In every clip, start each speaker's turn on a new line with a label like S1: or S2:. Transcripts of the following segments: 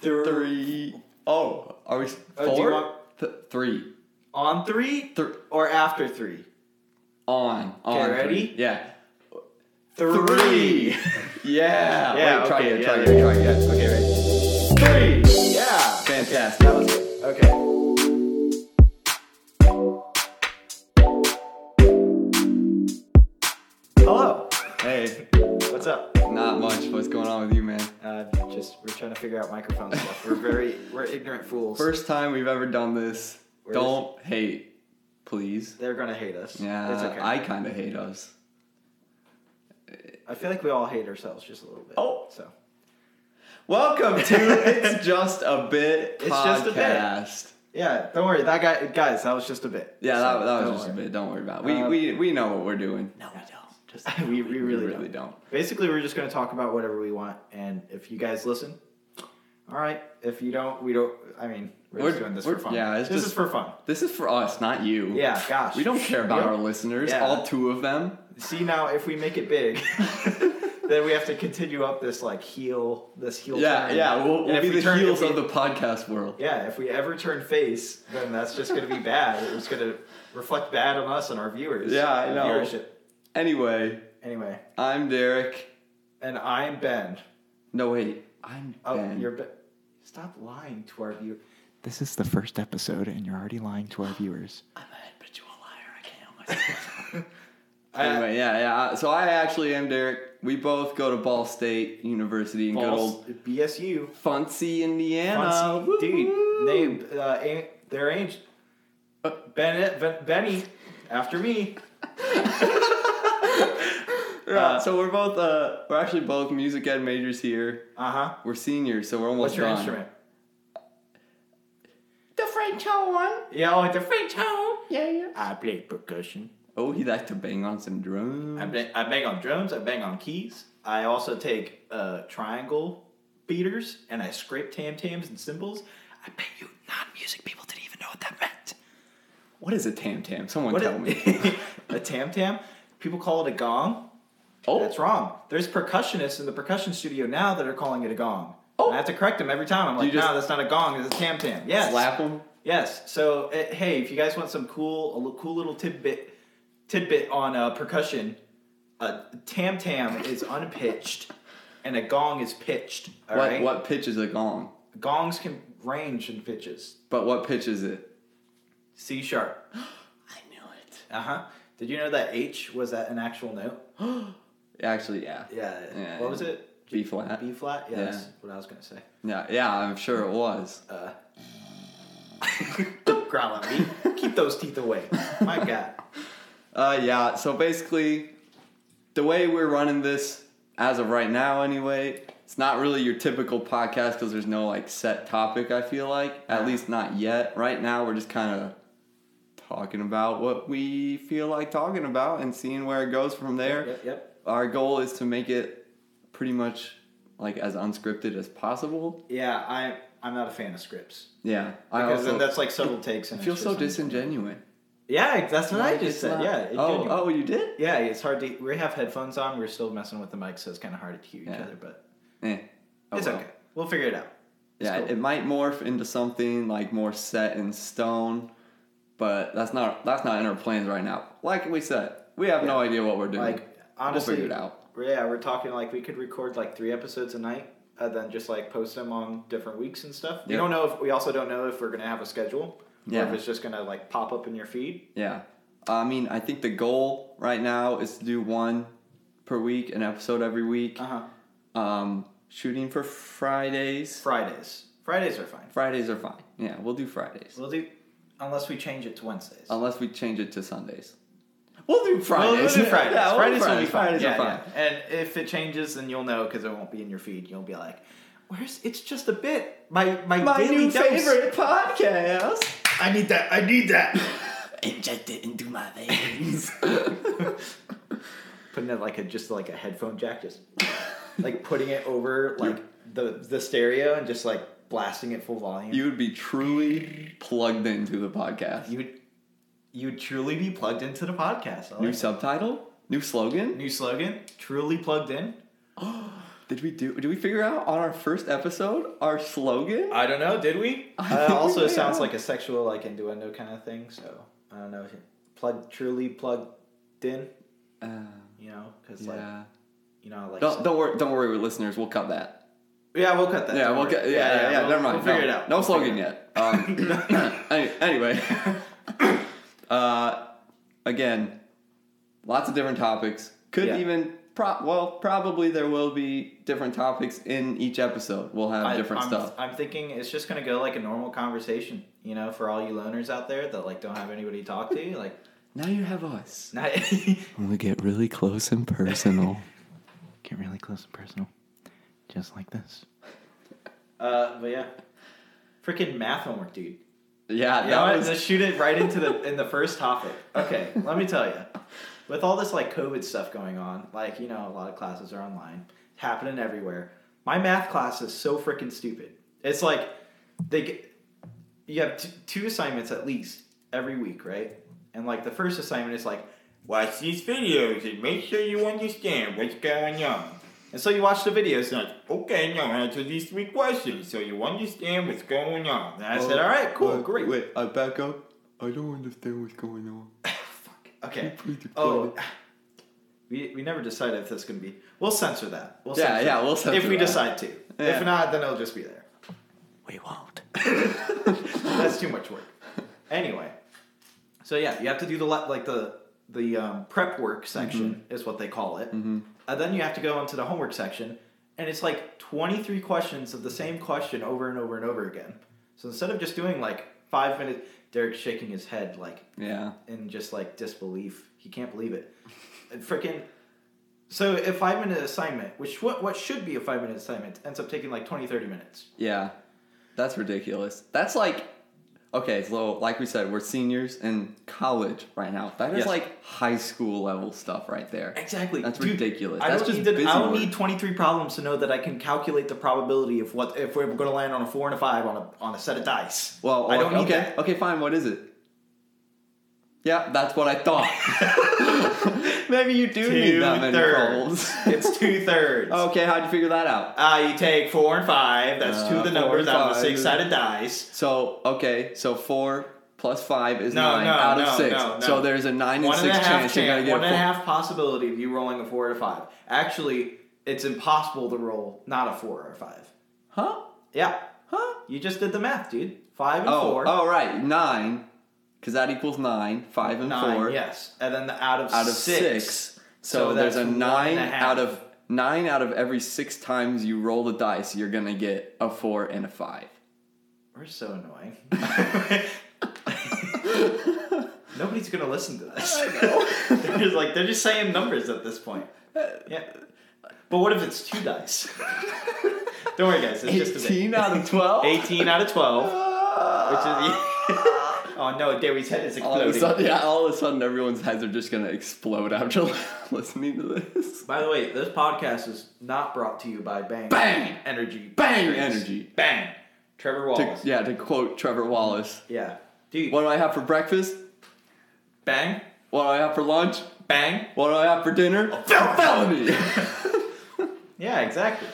S1: Three.
S2: three. Oh, are we s-
S1: Uh, do you
S2: four?
S1: want-
S2: Th- three.
S1: On three
S2: Thr-
S1: or after three?
S2: on. On. three.
S1: ready?
S2: Yeah.
S1: Three.
S2: yeah.
S1: Yeah,
S2: Wait, try
S1: okay,
S2: again. Try
S1: yeah.
S2: again. Try again. Okay, ready.
S1: Three. Yeah.
S2: Fantastic.
S1: That was good. Okay. Hello.
S2: Hey,
S1: What's up?
S2: not much. What's going on with you, man?
S1: Uh, just we're trying to figure out microphone stuff. We're very we're ignorant fools.
S2: First time we've ever done this.
S1: Where's-
S2: Don't hate, please.
S1: They're gonna hate us.
S2: Yeah,
S1: It's okay.
S2: I
S1: I,
S2: kind of hate us.
S1: feel like we all hate ourselves just a little bit.
S2: Oh.
S1: So
S2: Welcome to It's Just a Bit
S1: It's
S2: podcast.
S1: just a bit. yeah, don't worry. That guy, guys, that was just a bit.
S2: Yeah,
S1: So,
S2: that, that was
S1: don't
S2: just a
S1: worry.
S2: bit. Don't worry about it. We,
S1: Um,
S2: we, we know what we're doing.
S1: No, Oh, we don't. Just we, we really,
S2: really
S1: don't.
S2: don't.
S1: Basically, we're just gonna talk about whatever we want, and if you guys listen, all right. If you don't, we don't. I mean, we're, just
S2: We're-
S1: doing this
S2: we're-
S1: for fun.
S2: yeah, it's
S1: this
S2: just-
S1: is for fun.
S2: This is for us, not you.
S1: Yeah, gosh.
S2: We don't care about
S1: Yep.
S2: our listeners,
S1: Yeah.
S2: all two of them.
S1: See now, if we make it big, then we have to continue up this like heel, this heel.
S2: Yeah,
S1: turn.
S2: yeah. We'll,
S1: And
S2: we'll
S1: if
S2: be
S1: we
S2: the
S1: turn- if
S2: heels
S1: we-
S2: of the podcast world.
S1: Yeah, if we ever turn face, then that's just going to be bad. It's going to reflect bad on us and our viewers.
S2: Yeah, I
S1: and
S2: know.
S1: Viewership.
S2: Anyway,
S1: Anyway,
S2: I'm Derek.
S1: and I'm Ben.
S2: No, wait. I'm
S1: Oh,
S2: Ben.
S1: you're Ben. Stop lying to our viewers. This is the first episode, and you're already lying to our viewers.
S2: I'm a habitual liar. I can't help myself. anyway, yeah, yeah. So I actually am Derek. We both go to Ball State University in good old
S1: BSU.
S2: Funsy, Indiana.
S1: Muncie,
S2: Woo-hoo.
S1: dude, they uh, ain't their ain't
S2: Uh.
S1: Bennett, ben, Benny, after me.
S2: Yeah, so we're both uh, we're actually both music ed majors here.
S1: Uh huh.
S2: We're seniors, so we're almost
S1: What's your
S2: done.
S1: instrument?
S2: The French horn.
S1: Yeah, I like the French horn.
S2: Yeah, yeah.
S1: I play percussion.
S2: Oh, he liked to bang on some drums.
S1: I bang, I bang on drums. I bang on keys. I also take uh, triangle beaters and I scrape tam tams and cymbals. I bet you non-music people didn't even know what that meant.
S2: What is a tam tam? Someone
S1: What
S2: tell
S1: it-
S2: me.
S1: a tam tam? People call it a gong.
S2: Oh,
S1: That's wrong. There's percussionists in the percussion studio now that are calling it a gong.
S2: Oh.
S1: And I have to correct them every time. I'm
S2: You
S1: like,
S2: just-
S1: no, that's not a gong. It's a tam tam. Yes.
S2: slap him.
S1: Yes. So eh, hey, if you guys want some cool, a li- cool little tidbit, tidbit on uh, percussion, a tam tam is unpitched, and a gong is pitched. All
S2: What
S1: right.
S2: what pitch is a gong?
S1: Gongs can range in pitches.
S2: But what pitch is it?
S1: C sharp.
S2: I knew it.
S1: Uh huh. Did you know that H was that an actual note?
S2: Actually, yeah.
S1: Yeah.
S2: Yeah,
S1: what was
S2: yeah.
S1: it?
S2: B flat.
S1: B flat. Yeah,
S2: Yeah.
S1: That's what I was gonna say.
S2: Yeah, yeah, I'm sure it was.
S1: Uh, don't growl at me. Keep those teeth away. My God.
S2: Uh, yeah. So basically, the way we're running this as of right now, anyway, it's not really your typical podcast because there's no like set topic. I feel like, at least not yet. Right now, we're just kind of talking about what we feel like talking about and seeing where it goes from there.
S1: Yep. Yep.
S2: Our goal is to make it pretty much like as unscripted as possible.
S1: Yeah. I I'm not a fan of scripts.
S2: Yeah, I
S1: Because
S2: also
S1: then that's like several takes. And
S2: I feel
S1: it's
S2: Oh. so
S1: just-
S2: disingenuous.
S1: Yeah, that's what I
S2: Like,
S1: just
S2: it's
S1: said.
S2: not-
S1: Yeah, it
S2: Oh,
S1: genuine.
S2: oh, you did?
S1: yeah, it's hard to. We have headphones on. We're still messing with the mic, so it's kind of hard to hear each
S2: Yeah.
S1: other. But
S2: Eh. Oh,
S1: it's
S2: well.
S1: okay. We'll figure it out. It's
S2: yeah,
S1: cool.
S2: it might morph into something like more set in stone, but that's not that's not in our plans right now. Like we said, we have no idea what we're doing.
S1: like honestly,
S2: we'll figure it out.
S1: yeah, we're talking like we could record like three episodes a night, and then just like post them on different weeks and stuff. We
S2: Yeah.
S1: don't know if we also don't know if we're gonna have a schedule. Or
S2: Yeah.
S1: if it's just gonna like pop up in your feed.
S2: Yeah, I mean, I think the goal right now is to do one per week, an episode every week.
S1: Uh huh.
S2: Um, shooting for Fridays.
S1: Fridays. Fridays are fine.
S2: Fridays are fine. Yeah, we'll do Fridays
S1: We'll do unless we change it to Wednesdays.
S2: unless we change it to Sundays. We'll do
S1: Well,
S2: Fridays.
S1: we'll do Fridays.
S2: Yeah, we'll
S1: Fridays,
S2: do
S1: will be fine.
S2: Fridays
S1: yeah,
S2: are fine.
S1: yeah. And if it changes, then you'll know because it won't be in your feed. You'll be like, "Where's? It's just a bit. My my,
S2: My
S1: daily
S2: new
S1: dose.
S2: favorite podcast.
S1: I need that. I need that.
S2: Inject it into my veins.
S1: putting it like a just like a headphone jack, just like putting it over like the the stereo and just like blasting it full volume.
S2: you would be truly plugged into the podcast.
S1: you would you would truly be plugged into the podcast. I
S2: New
S1: like that.
S2: subtitle? New slogan?
S1: new slogan: truly plugged in.
S2: Did we do? Did we figure out on our first episode our slogan?
S1: I don't know. Did we?
S2: I
S1: Uh,
S2: think we
S1: also
S2: may
S1: sounds
S2: have.
S1: like a sexual like innuendo kind of thing. So I don't know. Plug truly plugged in.
S2: Uh,
S1: You know, because like
S2: yeah.
S1: you know like
S2: Don't don't worry. Don't worry, we're listeners. We'll cut that.
S1: yeah we'll cut that.
S2: Yeah,
S1: don't
S2: we'll
S1: worry.
S2: cut. Yeah, yeah, yeah.
S1: we'll-
S2: never mind.
S1: We'll figure
S2: no,
S1: it out.
S2: No
S1: We'll
S2: slogan
S1: figure
S2: yet. Um, any- anyway, uh, again, lots of different topics. Could
S1: Yeah.
S2: even pro- well probably there will be different topics in each episode. We'll have
S1: I-
S2: different
S1: I'm,
S2: stuff.
S1: I'm thinking it's just gonna go like a normal conversation. You know, for all you loners out there that like don't have anybody to talk to, like
S2: Now you have us.
S1: not
S2: We get really close and personal.
S1: get really close and personal, just like this. Uh, but yeah, freaking math homework, dude.
S2: yeah, that
S1: Yeah, I
S2: was
S1: just shoot it right into the in the first topic. Okay, let me tell you, with all this like COVID stuff going on, like you know, a lot of classes are online, It's happening everywhere. My math class is so freaking stupid. It's like they get, you have t- two assignments at least every week, right? And like the first assignment is like,
S3: Watch these videos and make sure you understand what's going on.
S1: and so you watch the videos.
S3: It's like, okay, now answer these three questions so you understand what's going on.
S1: And I said, all right, cool,
S2: Wait,
S1: great.
S2: Wait, I back up. I don't understand what's going on.
S1: Fuck. Okay.
S2: Please do
S1: Oh. We, we never decided if that's going to be. We'll censor that. We'll
S2: Yeah,
S1: censor
S2: yeah,
S1: that.
S2: we'll
S1: If
S2: censor
S1: we
S2: that.
S1: decide to.
S2: Yeah.
S1: If not, then it'll just be there.
S2: We won't.
S1: That's too much work. Anyway, so yeah, you have to do the le- like the the um, prep work section
S2: Mm-hmm.
S1: is what they call it, and then you have to go into the homework section, and it's like twenty three questions of the same question over and over and over again. So instead of just doing like five minutes, Derek's shaking his head like
S2: Yeah.
S1: in just like disbelief. He can't believe it. And freaking. So a five minute assignment, which what what should be a five minute assignment, ends up taking like 20, 30 minutes.
S2: Yeah, that's ridiculous. That's like, okay, so like we said, we're seniors in college right now. That is
S1: Yes.
S2: like high school level stuff right there.
S1: Exactly.
S2: That's
S1: Dude,
S2: ridiculous.
S1: I
S2: That's
S1: don't
S2: just
S1: need to,
S2: busy
S1: I don't
S2: work.
S1: need 23 problems to know that I can calculate the probability of what if we're going to land on a 4 and a 5 on a on a set of dice.
S2: Well,
S1: I don't
S2: okay,
S1: need that.
S2: Okay, fine. What is it? Yeah, that's what I thought. Maybe you do need that many
S1: Two-thirds.
S2: problems. Oh.
S1: it's two thirds.
S2: okay, how'd you figure that out?
S1: Ah, you take four and five. That's
S2: Uh,
S1: two of the
S2: four
S1: numbers
S2: and
S1: out of a
S2: five.
S1: six-sided dice.
S2: So okay, so four plus five is
S1: No,
S2: nine
S1: no,
S2: out of
S1: no,
S2: six.
S1: no, no.
S2: So there's a nine
S1: One
S2: and
S1: and a
S2: six
S1: half
S2: chance you're gonna
S1: chance.
S2: get
S1: One and a
S2: four-
S1: half possibility of you rolling a four and a five. Actually, it's impossible to roll not a four or a five.
S2: Huh?
S1: Yeah,
S2: Huh?
S1: you just did the math, dude. Five and
S2: Oh,
S1: four.
S2: oh, right, nine, because that equals nine. Five and
S1: Nine,
S2: four
S1: yes, and then the out of
S2: out of six.
S1: six.
S2: So,
S1: So
S2: there's a
S1: that's one
S2: nine
S1: and a half.
S2: out of nine out of every six times you roll the dice, you're gonna get a four and a five.
S1: We're so annoying. Nobody's gonna listen to this. they're just like they're just saying numbers at this point.
S2: Uh,
S1: Yeah. But what if it's two dice? Don't worry, guys. It's just a bit.
S2: Eighteen out of twelve.
S1: 18 out of 12. Which is,
S2: Ah.
S1: oh no, Dewey's head is
S2: All of a
S1: exploding.
S2: sudden, yeah, all of a sudden, everyone's heads are just gonna explode after listening to this.
S1: By the way, this podcast is not brought to you by Bang.
S2: Bang!
S1: Energy.
S2: Bang!
S1: Drinks.
S2: Energy.
S1: Bang! Trevor
S2: To,
S1: Wallace.
S2: yeah, to quote Trevor Wallace,
S1: yeah. Dude.
S2: what do I have for breakfast?
S1: Bang.
S2: What do I have for lunch?
S1: Bang.
S2: What do I have for dinner? A fel- felony.
S1: Yeah, exactly.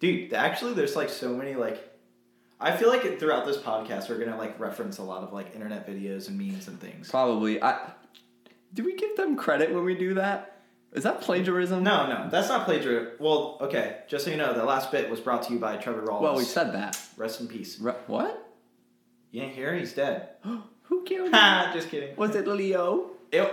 S1: Dude, actually, there's like so many like. I feel like throughout this podcast, we're gonna like reference a lot of like internet videos and memes and things.
S2: Probably. I do we give them credit when we do that? Is that plagiarism?
S1: No, no, that's not plagiarism. Well, okay, just so you know, the last bit was brought to you by Trevor Wallace.
S2: Well, we said that.
S1: Rest in peace.
S2: Re- what?
S1: You didn't hear? He's dead.
S2: Who killed? him?
S1: Ha! Just kidding.
S2: Was it Leo?
S1: Ew.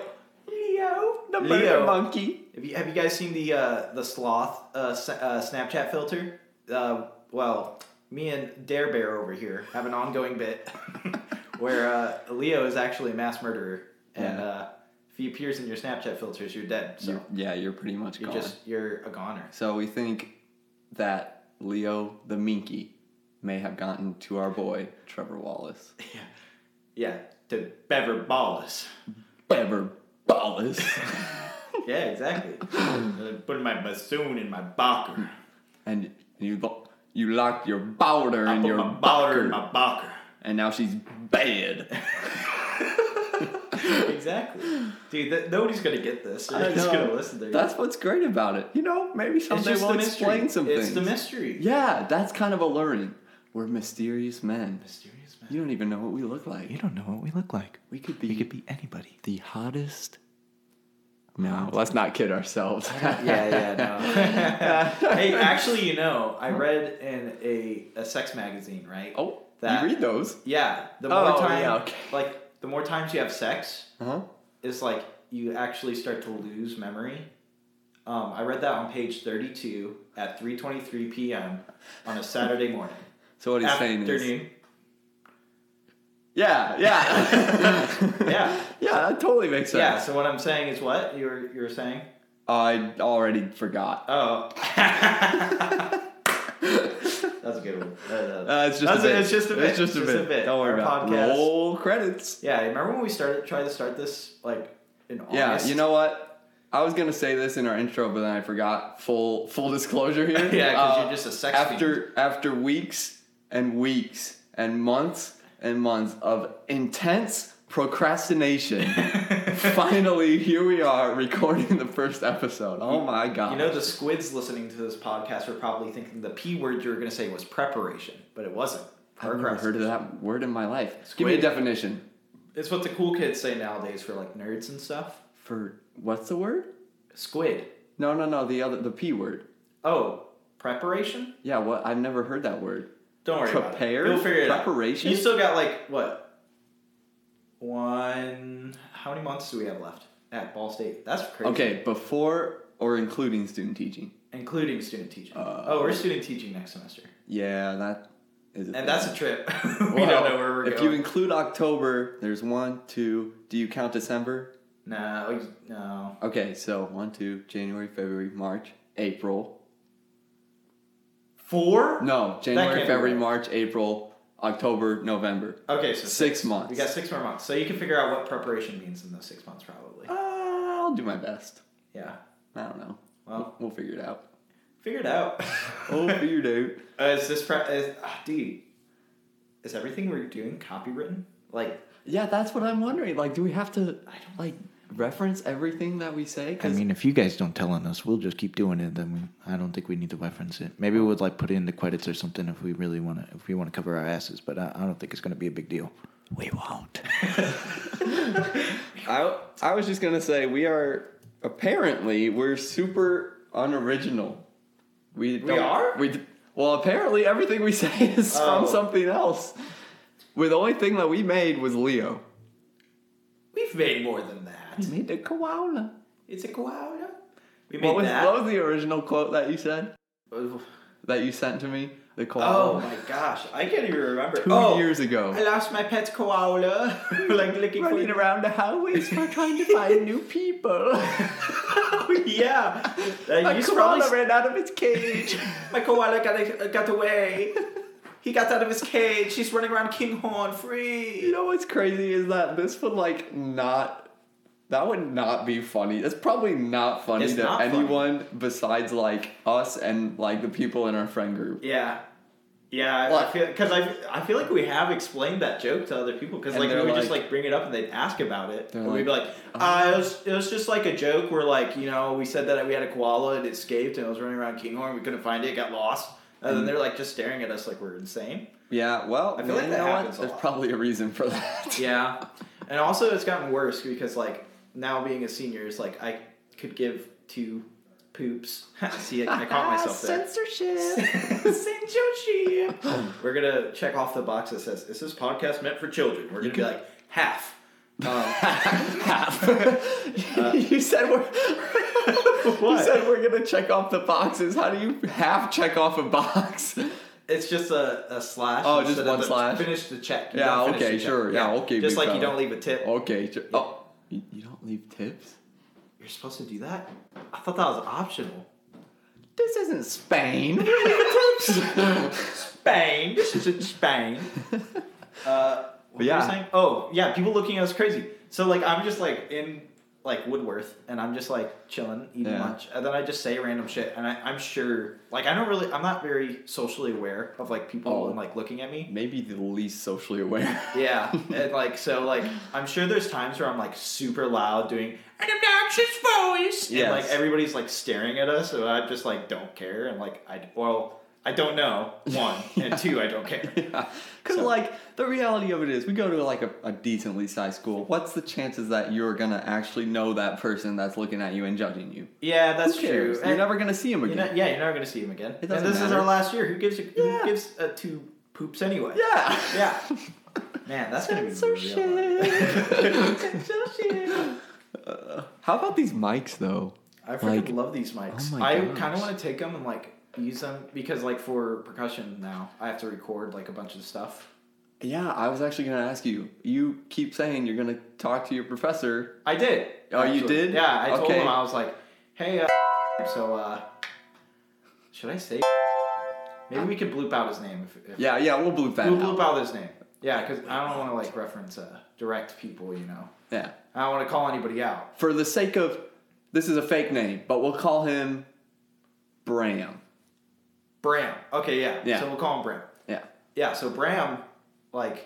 S2: Leo, the
S1: Leo.
S2: murder monkey.
S1: Have you, have you guys seen the uh, the sloth uh, s- uh, Snapchat filter? Uh, well, me and Dare Bear over here have an ongoing bit where uh, Leo is actually a mass murderer, and
S2: Yeah.
S1: uh, if he appears in your Snapchat filters, you're dead. So
S2: You're- yeah, you're pretty much
S1: you're
S2: gone.
S1: just you're a goner.
S2: So we think that Leo the minky may have gotten to our boy Trevor Wallace.
S1: Yeah, to Bever Ballas.
S2: Trevor Wallace.
S1: Yeah, exactly.
S3: Uh, Put my bassoon in my bocker.
S2: and you lo- you locked your powder
S3: I
S2: in
S3: put
S2: your
S3: my bocker in
S2: bocker.
S3: my bocker.
S2: and now she's bad.
S1: exactly, dude. That, nobody's gonna get this. They're
S2: I
S1: just
S2: know.
S1: gonna listen to you.
S2: That's what's great about it. You know, maybe
S1: it's
S2: someday
S1: just
S2: we'll
S1: the mystery.
S2: explain some
S1: it's
S2: things.
S1: the mystery.
S2: yeah, that's kind of alluring. We're mysterious men.
S1: Mysterious man.
S2: You don't even know what we look like.
S1: don't know what we look like.
S2: We could be
S1: be anybody.
S2: the hottest. No, let's not kid ourselves. yeah,
S1: yeah, no. hey, actually, you know, I read in a, a sex magazine, right?
S2: Oh,
S1: That-
S2: you read those?
S1: Yeah. The more
S2: Oh,
S1: time,
S2: yeah, okay.
S1: like the more times you have sex,
S2: Huh?
S1: it's like you actually start to lose memory. Um, I read that on page thirty-two at three twenty-three p.m. on a Saturday morning.
S2: So what he's saying
S1: Afternoon.
S2: is, yeah, yeah,
S1: Yeah.
S2: yeah, that totally makes sense.
S1: Yeah. So what I'm saying is what you were you were saying.
S2: I already forgot.
S1: Oh. That's a good one. Uh,
S2: Uh, it's just
S1: that's
S2: a bit.
S1: It's just a bit.
S2: It's just a bit. Don't worry
S1: Our
S2: about
S1: podcast.
S2: it. Roll credits.
S1: Yeah, remember when we started tried to start this like in
S2: Yeah,
S1: August?
S2: you know what? I was gonna say this in our intro, but then I forgot. Full full disclosure here.
S1: Yeah, 'cause
S2: Uh,
S1: you're just a sex
S2: after after weeks and weeks and months and months of intense procrastination. finally, here we are recording the first episode. Oh my god!
S1: You know the squids listening to this podcast were probably thinking the p word you were going to say was preparation, but it wasn't.
S2: I've never heard of that word in my life. Give me a
S1: Squid.
S2: definition
S1: It's what the cool kids say nowadays for like nerds and stuff.
S2: for what's the word?
S1: Squid.
S2: No, no, no. The other the p word.
S1: Oh, preparation?
S2: Yeah, what? I've never heard that word.
S1: Don't worry
S2: Prepare?
S1: about it. You'll figure it out.
S2: Preparation?
S1: You still got like what? One. How many months do we have left at Ball State? That's crazy.
S2: Okay, before or including student teaching.
S1: Including student teaching.
S2: Uh,
S1: oh, we're student teaching next semester,
S2: Yeah, that is.
S1: and that's a trip. we
S2: Wow.
S1: don't know where we're
S2: if
S1: going.
S2: you include October, there's one, two. Do you count December?
S1: No, you- no.
S2: Okay, so one, two, January, February, March, April.
S1: Four?
S2: No,
S1: can't
S2: January,
S1: be
S2: February,
S1: right.
S2: March, April, October, November.
S1: Okay, so
S2: Six, months.
S1: We got six more months, so you can figure out what preparation means in those six months, probably.
S2: Ah, I'll do my best.
S1: Yeah.
S2: I don't know.
S1: Well,
S2: We'll figure it out.
S1: figure it out.
S2: We'll figure it out.
S1: Uh, is this pre- is, ah, dude? Is everything we're doing copywritten? Like,
S2: Yeah, that's what I'm wondering. Like, do we have to
S1: I don't
S2: like reference everything that we say? 'Cause
S1: if you guys don't tell on us, we'll just keep doing it. Then I don't think we need to reference it. Maybe we'll like put it in the credits or something if we really want to. If we want to cover our asses, but I, I don't think it's going to be a big deal. We won't.
S2: I I was just gonna say we are apparently we're super unoriginal. We don't-
S1: are?
S2: we d- well apparently everything we say is
S1: Oh.
S2: from something else. Well, the only thing that we made was Leo.
S1: We've made more than that.
S2: We made the koala.
S1: It's a koala. We made
S2: What was,
S1: that.
S2: what was the original quote that you said that you sent to me? The
S1: Oh
S2: koala.
S1: my gosh, I can't even remember.
S2: Two
S1: oh,
S2: years ago.
S1: I lost my pet koala. like looking for
S2: Running around the highways for trying to find new people.
S1: Oh, yeah. That
S2: My
S1: you
S2: koala
S1: probably-
S2: ran out of its cage.
S1: my koala got, got away. He got out of his cage. He's running around Kinghorn free.
S2: You know what's crazy is that this would like not that would not be funny. It's probably not funny
S1: It's
S2: to
S1: not funny.
S2: anyone besides like us and like the people in our friend group.
S1: Yeah. Yeah,
S2: What?
S1: because I, I feel like we have explained that joke to other people because
S2: And
S1: like we
S2: they're
S1: would just
S2: like-
S1: like bring it up and they'd ask about it
S2: They're
S1: and we'd be
S2: like, "Uh-huh."
S1: like, uh, it, was, it was just like a joke where like you know we said that we had a koala it escaped and it was running around Kinghorn we couldn't find it it got lost and
S2: Mm.
S1: then they're like just staring at us like we're insane.
S2: Yeah, well,
S1: I feel like
S2: you
S1: that
S2: know what?
S1: happens a
S2: There's
S1: lot.
S2: probably a reason for that.
S1: Yeah, and also it's gotten worse because like now being a senior is like I could give two poops. See, I, I caught myself there.
S2: Censorship.
S1: Censorship. We're gonna check off the box that says is this podcast meant for children? We're gonna be like half. Um,
S2: Half. you said we're. You
S1: Uh, What?
S2: said we're gonna check off the boxes. How do you half check off a box?
S1: it's just a, a slash.
S2: Oh, just
S1: instead of
S2: one
S1: the-
S2: slash?
S1: Finish the check. You
S2: Yeah,
S1: don't finish
S2: okay,
S1: the check.
S2: sure. Yeah, okay,
S1: Just
S2: big
S1: like you
S2: fella.
S1: don't leave a tip.
S2: Okay. ju- Oh, you, you don't leave tips.
S1: You're supposed to do that. I thought that was optional.
S2: This isn't Spain. We're leaving tips.
S1: Spain. This isn't Spain. uh, what were you
S2: Yeah.
S1: saying? Oh, yeah. People looking at us crazy. So like, I'm just like in like Woodworth, and I'm just like chilling, eating
S2: Yeah.
S1: lunch, and then I just say random shit, and I, I'm sure, like, I don't really, I'm not very socially aware of like people
S2: Oh.
S1: and like looking at me.
S2: Maybe the least socially aware.
S1: Yeah, and like so, like I'm sure there's times where I'm like super loud doing an obnoxious voice, and like
S2: Yes.
S1: everybody's like staring at us, and I just like don't care, and like I well I don't know one and two I don't care.
S2: Yeah. Because,
S1: So-
S2: like, the reality of it is, we go to, like, a, a decently sized school. What's the chances that you're going to actually know that person that's looking at you and judging you?
S1: Yeah, that's
S2: Who cares?
S1: true.
S2: You're
S1: And-
S2: never going to see him
S1: You're
S2: again.
S1: not- yeah, you're never gonna see him again.
S2: It
S1: And
S2: doesn't
S1: this is
S2: matter.
S1: our last year. Who gives a,
S2: Yeah.
S1: who gives uh, two poops anyway?
S2: yeah.
S1: Yeah. Man, that's gonna be
S2: That's so
S1: real hard.
S2: shit.
S1: That's so shit.
S2: How about these mics, though?
S1: I freaking
S2: Like,
S1: love these mics.
S2: oh my
S1: I
S2: gosh.
S1: kind of want to take them and like use them because like for percussion now, I have to record like a bunch of stuff.
S2: Yeah, I was actually going to ask you. You keep saying you're going to talk to your professor.
S1: I did.
S2: Oh, you did?
S1: Yeah, I told
S2: Okay.
S1: him I was like, "Hey, uh, so uh, should I say? Maybe we could bloop out his name if, if
S2: Yeah, yeah, we'll bleep that
S1: we'll
S2: out.
S1: bloop out his name. Yeah, because I don't want to like reference uh, direct people, you know.
S2: Yeah.
S1: I don't want to call anybody out.
S2: For the sake of, this is a fake name, but we'll call him Bram.
S1: Bram. Okay, yeah.
S2: Yeah.
S1: So we'll call him Bram.
S2: Yeah.
S1: Yeah. So Bram, like,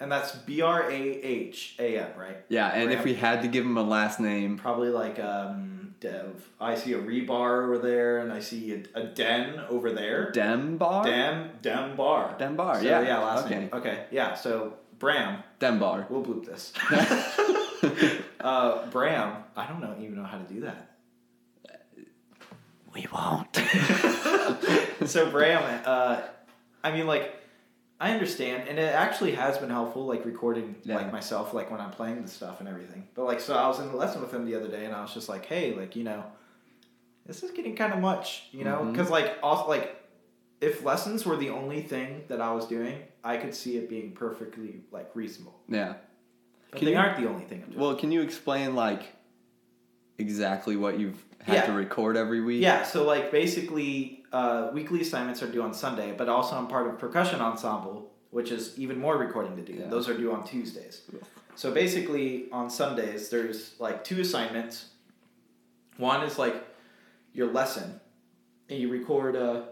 S1: and that's B R A H A M, right?
S2: Yeah, and if
S1: Bram.
S2: we had to give him a last name,
S1: Probably like um, Dev. I see a rebar over there, and I see a, a den over there.
S2: Dembar?
S1: Dem Dem Bar.
S2: Dem Bar,
S1: So,
S2: yeah.
S1: Yeah. Last
S2: Okay.
S1: name. Okay. Yeah. So Bram.
S2: Dembar.
S1: We'll bloop this. uh, Bram. I don't know even know how to do that.
S2: We won't.
S1: so Bram, uh, I mean, like, I understand, and it actually has been helpful, like recording,
S2: Yeah.
S1: like myself, like when I'm playing the stuff and everything. But like, so I was in the lesson with him the other day, and I was just like, hey, like you know, this is getting kind of much, you know,
S2: Mm-hmm.
S1: because like also like if lessons were the only thing that I was doing, I could see it being perfectly like reasonable.
S2: yeah.
S1: But
S2: Can
S1: they
S2: you-
S1: aren't the only thing I'm doing.
S2: Well, can you explain like exactly what you've had
S1: Yeah.
S2: to record every week?
S1: Yeah, so like basically, uh, weekly assignments are due on Sunday, but also I'm part of percussion ensemble, which is even more recording to do.
S2: Yeah.
S1: Those are due on Tuesdays. So basically, on Sundays, there's like two assignments. One is like your lesson, and you record uh,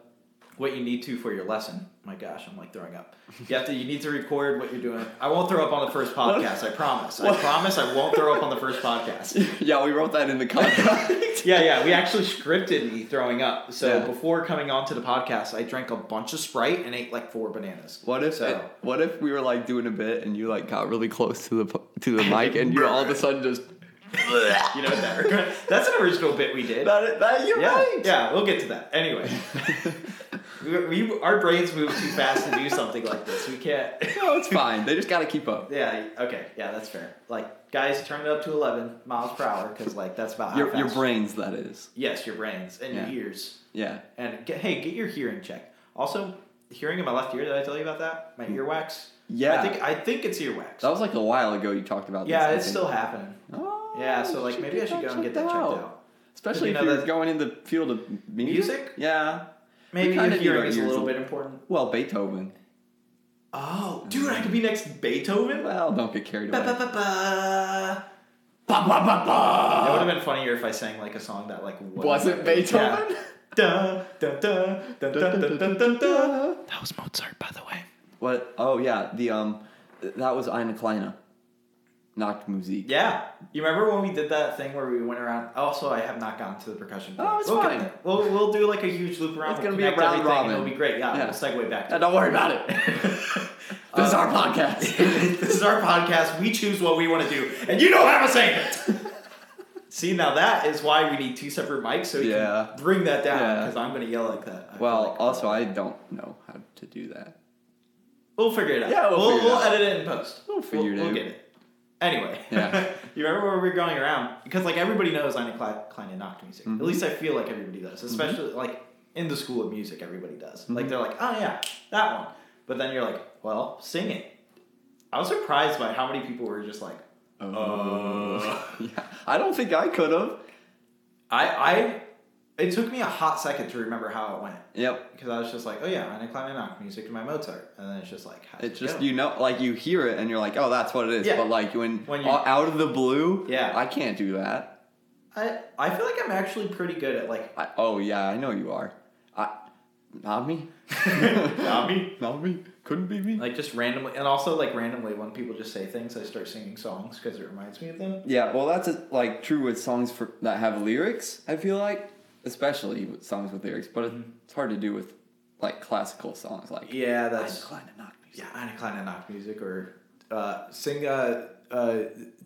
S1: what you need to for your lesson. My gosh, I'm like throwing up. You have to. You need to record what you're doing. I won't throw up on the first podcast. I promise. I promise. I won't throw up on the first podcast.
S2: yeah, we wrote that in the contract.
S1: Yeah, yeah. We actually scripted me throwing up. So
S2: Yeah.
S1: before coming onto the podcast, I drank a bunch of Sprite and ate like four bananas.
S2: What if eh,
S1: So
S2: what if we were like doing a bit and you like got really close to the pu- to the mic and you all of a sudden just
S1: you know that regret- that's an original bit we did.
S2: that, that you're
S1: yeah,
S2: right.
S1: yeah. We'll get to that anyway. we, we, our brains move too fast to do something like this. We can't.
S2: No, it's fine. They just got to keep up.
S1: yeah. Okay. Yeah, that's fair. Like guys, turn it up to eleven miles per hour because like that's about how
S2: Your your
S1: fast-
S2: brains that is.
S1: Yes, your brains and
S2: Yeah.
S1: your ears.
S2: Yeah.
S1: And get, hey, get your hearing checked. Also, hearing in my left ear. Did I tell you about that? My earwax.
S2: Hmm. Yeah.
S1: I think I think it's earwax.
S2: That was like a while ago you talked about
S1: yeah, it's
S2: this. I
S1: still
S2: think.
S1: happening.
S2: Oh,
S1: Yeah,
S2: you
S1: so like
S2: should
S1: maybe I should go and get that checked out.
S2: Especially
S1: You
S2: if
S1: know,
S2: you're
S1: that's-
S2: going in the field of music.
S1: Music?
S2: Yeah.
S1: Maybe
S2: kinda
S1: your
S2: need our
S1: hearing is a
S2: ears
S1: little
S2: a-
S1: bit important.
S2: Well, Beethoven.
S1: Oh, dude, I could be next Beethoven. Ba,
S2: Hmm. Well, don't get carried away.
S1: ba, ba, ba.
S2: Ba, ba, ba, ba.
S1: It would have been funnier if I sang like a song that like
S2: Wasn't Beethoven?
S1: Yeah. Dun, dun, dun, dun, dun, dun, dun, dun, dun. That was Mozart, by the way.
S2: What? Oh yeah, the um, that was Ina Kleiner. Nachtmusik.
S1: Yeah, you remember when we did that thing where we went around? Also, I have not gotten to the percussion.
S2: Oh,
S1: part.
S2: it's
S1: we'll get
S2: fine.
S1: there. We'll we'll do like a huge loop around.
S2: It's
S1: we'll
S2: gonna be a
S1: connect
S2: round
S1: everything, and
S2: robin.
S1: It'll be great. Yeah,
S2: Yeah.
S1: we'll segue back.
S2: Yeah,
S1: To
S2: don't worry about it. This is our podcast.
S1: this is our podcast. We choose what we want to do, and you don't have a say in it. See, now that is why we need two separate mics so we
S2: Yeah.
S1: can bring that down.
S2: Yeah.
S1: Because I'm going to yell like that. I feel
S2: well,
S1: like- uh,
S2: also I don't know how to do that.
S1: we'll figure it out.
S2: Yeah, we'll
S1: we'll,
S2: figure it out.
S1: edit it in post.
S2: We'll figure it
S1: we'll
S2: out.
S1: get it. Anyway,
S2: Yeah.
S1: you remember where we were going around? Because like everybody knows I'm a Klein and Noct music.
S2: Mm-hmm.
S1: At least I feel like everybody does, especially like in the school of music. Everybody does.
S2: Mm-hmm.
S1: Like they're like, oh yeah, that one. But then you're like, well, sing it. I was surprised by how many people were just like,
S2: Oh. yeah. I don't think I could have.
S1: I, I, it took me a hot second to remember how it went
S2: Yep.
S1: because I was just like, oh yeah, Anna Klein and Knock music to my Mozart, and then it's just like, how's
S2: It's
S1: it
S2: just
S1: go?
S2: you know, like you hear it and you're like, oh, that's what it is.
S1: Yeah.
S2: But like when,
S1: When you-
S2: out of the blue,
S1: Yeah.
S2: I can't do that.
S1: I I feel like I'm actually pretty good at like
S2: I, oh yeah, I know you are. I, not me.
S3: Not me.
S2: Not me. Couldn't be me.
S1: like just randomly and also like randomly when people just say things I start singing songs because it reminds me of them.
S2: yeah, well, that's like true with songs for, that have lyrics. I feel like, especially with songs with lyrics, but it's hard to do with like classical songs. Like
S1: Mm-hmm. Yeah, that's
S2: inclined to not music.
S1: yeah Anna Klein and Knock music or uh, sing uh, uh,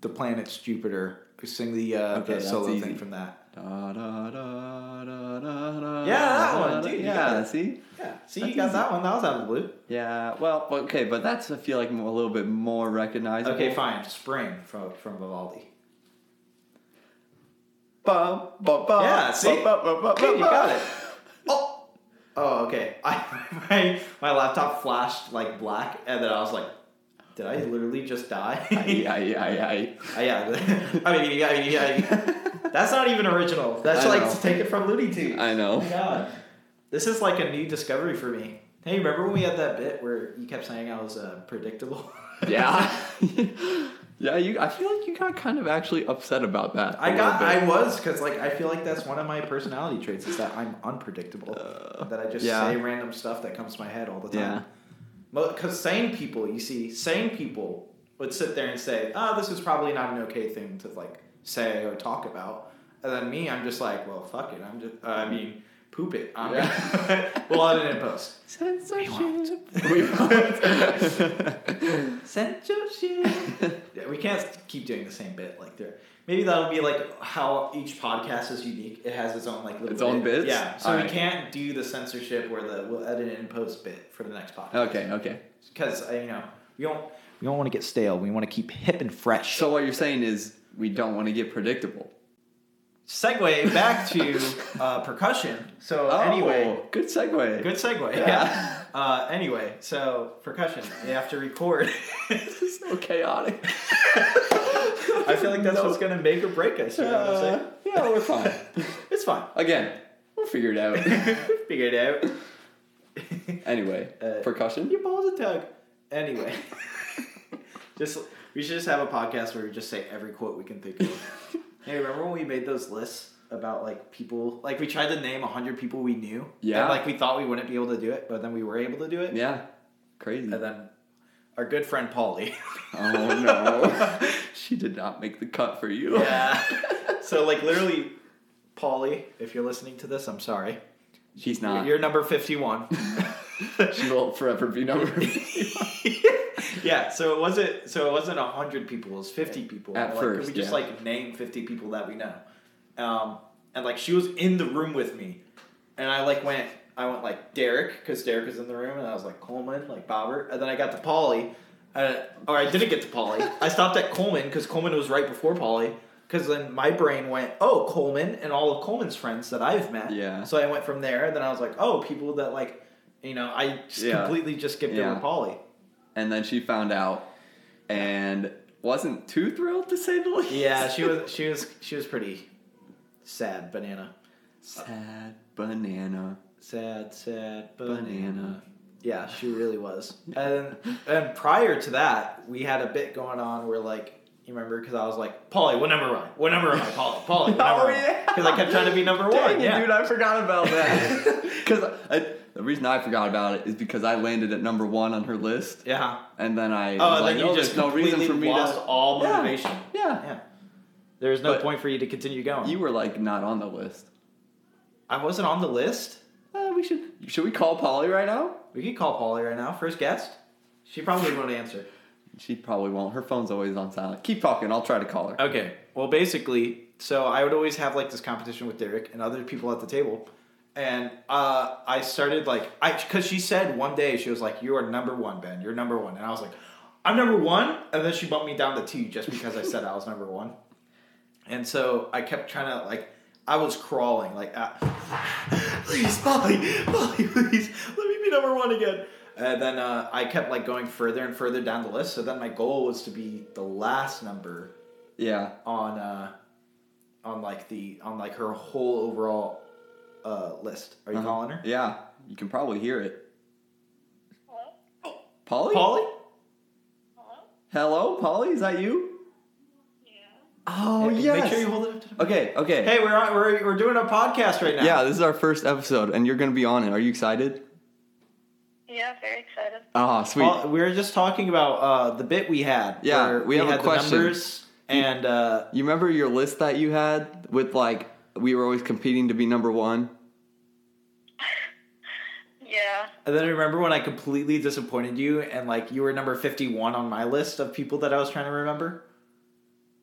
S1: the planets Jupiter sing the uh,
S2: Okay,
S1: the
S2: that's
S1: solo
S2: easy.
S1: thing from that.
S2: Da, da, da, da, da, da,
S1: Yeah, that
S2: da,
S1: one,
S2: da,
S1: dude, you got
S2: Yeah,
S1: it.
S2: see.
S1: Yeah, see
S2: That's
S1: you got
S2: easy.
S1: that one. That was out of the blue.
S2: Yeah, well, okay, but that's I feel like mo- a little bit more recognizable.
S1: Okay, fine. Spring from from Vivaldi.
S2: Bum, bum, bum,
S1: Yeah,
S2: bum,
S1: see?
S2: bum, bum, bum,
S1: Dude, you
S2: bum.
S1: got it. Oh. Oh, okay. I my, my laptop flashed like black, and then I was like, "Did I literally just die?"
S2: Aye, aye, aye, aye.
S1: Uh, yeah. I mean, yeah, I mean, yeah. That's not even original. That's
S2: I
S1: like
S2: know.
S1: take it from Looney Tunes.
S2: I know.
S1: Oh my God, this is like a new discovery for me. Hey, remember when we had that bit where you kept saying I was uh, predictable?
S2: Yeah. yeah, you I feel like you got kind of actually upset about that. a
S1: I
S2: little
S1: got,
S2: bit.
S1: I was, because like I feel like that's one of my personality traits is that I'm unpredictable. that I just
S2: Uh, yeah.
S1: say random stuff that comes to my head all the
S2: Yeah.
S1: time. Because sane people, you see, sane people would sit there and say, "Oh, this is probably not an okay thing to like say or talk about," and then me, I'm just like, "Well, fuck it. I'm just, uh, I mean, poop it. I'm
S2: Yeah.
S1: gonna- we'll add it in post."
S2: Censorship. We want.
S1: Yeah, we can't keep doing the same bit like there. Maybe that'll be like how each podcast is unique. It has its own like little
S2: Its own
S1: bit.
S2: bits?
S1: Yeah, so we
S2: Alright.
S1: can't do the censorship or the we'll edit it in post bit for the next podcast.
S2: okay, okay.
S1: because you know we don't we don't want to get stale. We want to keep hip and fresh.
S2: So what you're saying is we don't want to get predictable.
S1: segue back to uh, percussion. So anyway,
S2: Oh, good segue.
S1: good segue. Yeah.
S2: Yeah.
S1: Uh, anyway, so percussion. You have to record.
S2: This is so chaotic.
S1: I feel like that's what's gonna make or break us. You know what I'm saying?
S2: Uh, yeah, we're fine.
S1: It's fine.
S2: Again, we'll figure it out.
S1: Figure it out.
S2: anyway,
S1: Uh,
S2: percussion.
S1: Your balls a tug. Anyway, just we should just have a podcast where we just say every quote we can think of. hey, remember when we made those lists about like people? Like we tried to name hundred people we knew.
S2: Yeah.
S1: And, like we thought we wouldn't be able to do it, but then we were able to do it.
S2: Yeah, crazy.
S1: And then our good friend Polly.
S2: Oh no, she did not make the cut for you.
S1: yeah. So like literally, Polly, if you're listening to this, I'm sorry.
S2: she's not.
S1: You're number fifty-one.
S2: Uh. she will forever be number
S1: yeah, so it wasn't so it wasn't hundred people, it was fifty people.
S2: At
S1: like,
S2: first,
S1: we just
S2: yeah.
S1: like name fifty people that we know. Um, and like she was in the room with me, and I like went I went like Derek because Derek was in the room, and I was like Coleman, like Bobber, and then I got to Polly, uh, or I didn't get to Polly. I stopped at Coleman because Coleman was right before Polly. Because then my brain went, oh, Coleman and all of Coleman's friends that I've met.
S2: Yeah.
S1: So I went from there, and then I was like, oh, people that like, you know, I just
S2: Yeah.
S1: completely just skipped
S2: Yeah.
S1: over Polly.
S2: and then she found out and wasn't too thrilled to say the least.
S1: Yeah, she was she was she was pretty sad banana.
S2: Sad banana.
S1: Sad, sad banana.
S2: Banana.
S1: Yeah, she really was. And and prior to that, we had a bit going on where like you remember because I was like, Polly, what number am I? What number am I, Polly? Polly, what
S2: Oh,
S1: number
S2: yeah.
S1: Because I kept trying to be number one.
S2: Dang it,
S1: yeah.
S2: dude, I forgot about that. Because the reason I forgot about it is because I landed at number one on her list,
S1: yeah.
S2: and then I
S1: Oh,
S2: was
S1: and
S2: like,
S1: then you
S2: "Oh,
S1: just
S2: there's no reason
S1: completely
S2: for me
S1: lost
S2: to.
S1: all
S2: Yeah.
S1: motivation.
S2: Yeah.
S1: Yeah. There was no
S2: But-
S1: point for you to continue going.
S2: you were like not on the list.
S1: I wasn't on the list.
S2: Uh, we should should we call Polly right now?
S1: We could call Polly right now. First guest. She probably won't answer.
S2: She probably won't. Her phone's always on silent. Keep talking. I'll try to call her.
S1: Okay. Well, basically, so I would always have like this competition with Derek and other people at the table, and uh, I started like I because she said one day she was like, "You are number one, Ben. You're number one," and I was like, "I'm number one," and then she bumped me down to two just because I said I was number one, and so I kept trying to like. I was crawling, like, uh, please, Polly, Polly, please, let me be number one again. And then uh, I kept like going further and further down the list. So then my goal was to be the last number
S2: Yeah.
S1: on uh on like the on like her whole overall uh list. Are you calling her?
S2: Uh-huh. Yeah. You can probably hear it. Polly?
S1: Polly?
S2: Hello, Polly? Is that you?
S4: Yeah.
S2: Oh
S1: Make
S2: yes.
S1: sure you hold it up to the
S2: okay. Okay.
S1: Hey, we're, on, we're we're doing a podcast right now.
S2: Yeah, this is our first episode, and you're going to be on it. Are you excited?
S4: Yeah, very excited.
S2: Ah, sweet.
S1: Well, we were just talking about uh, the bit we had.
S2: Yeah,
S1: where
S2: we have a
S1: had
S2: question.
S1: The numbers and uh,
S2: you remember your list that you had with like we were always competing to be number one.
S4: Yeah.
S1: and then I remember when I completely disappointed you, and like you were number fifty-one on my list of people that I was trying to remember.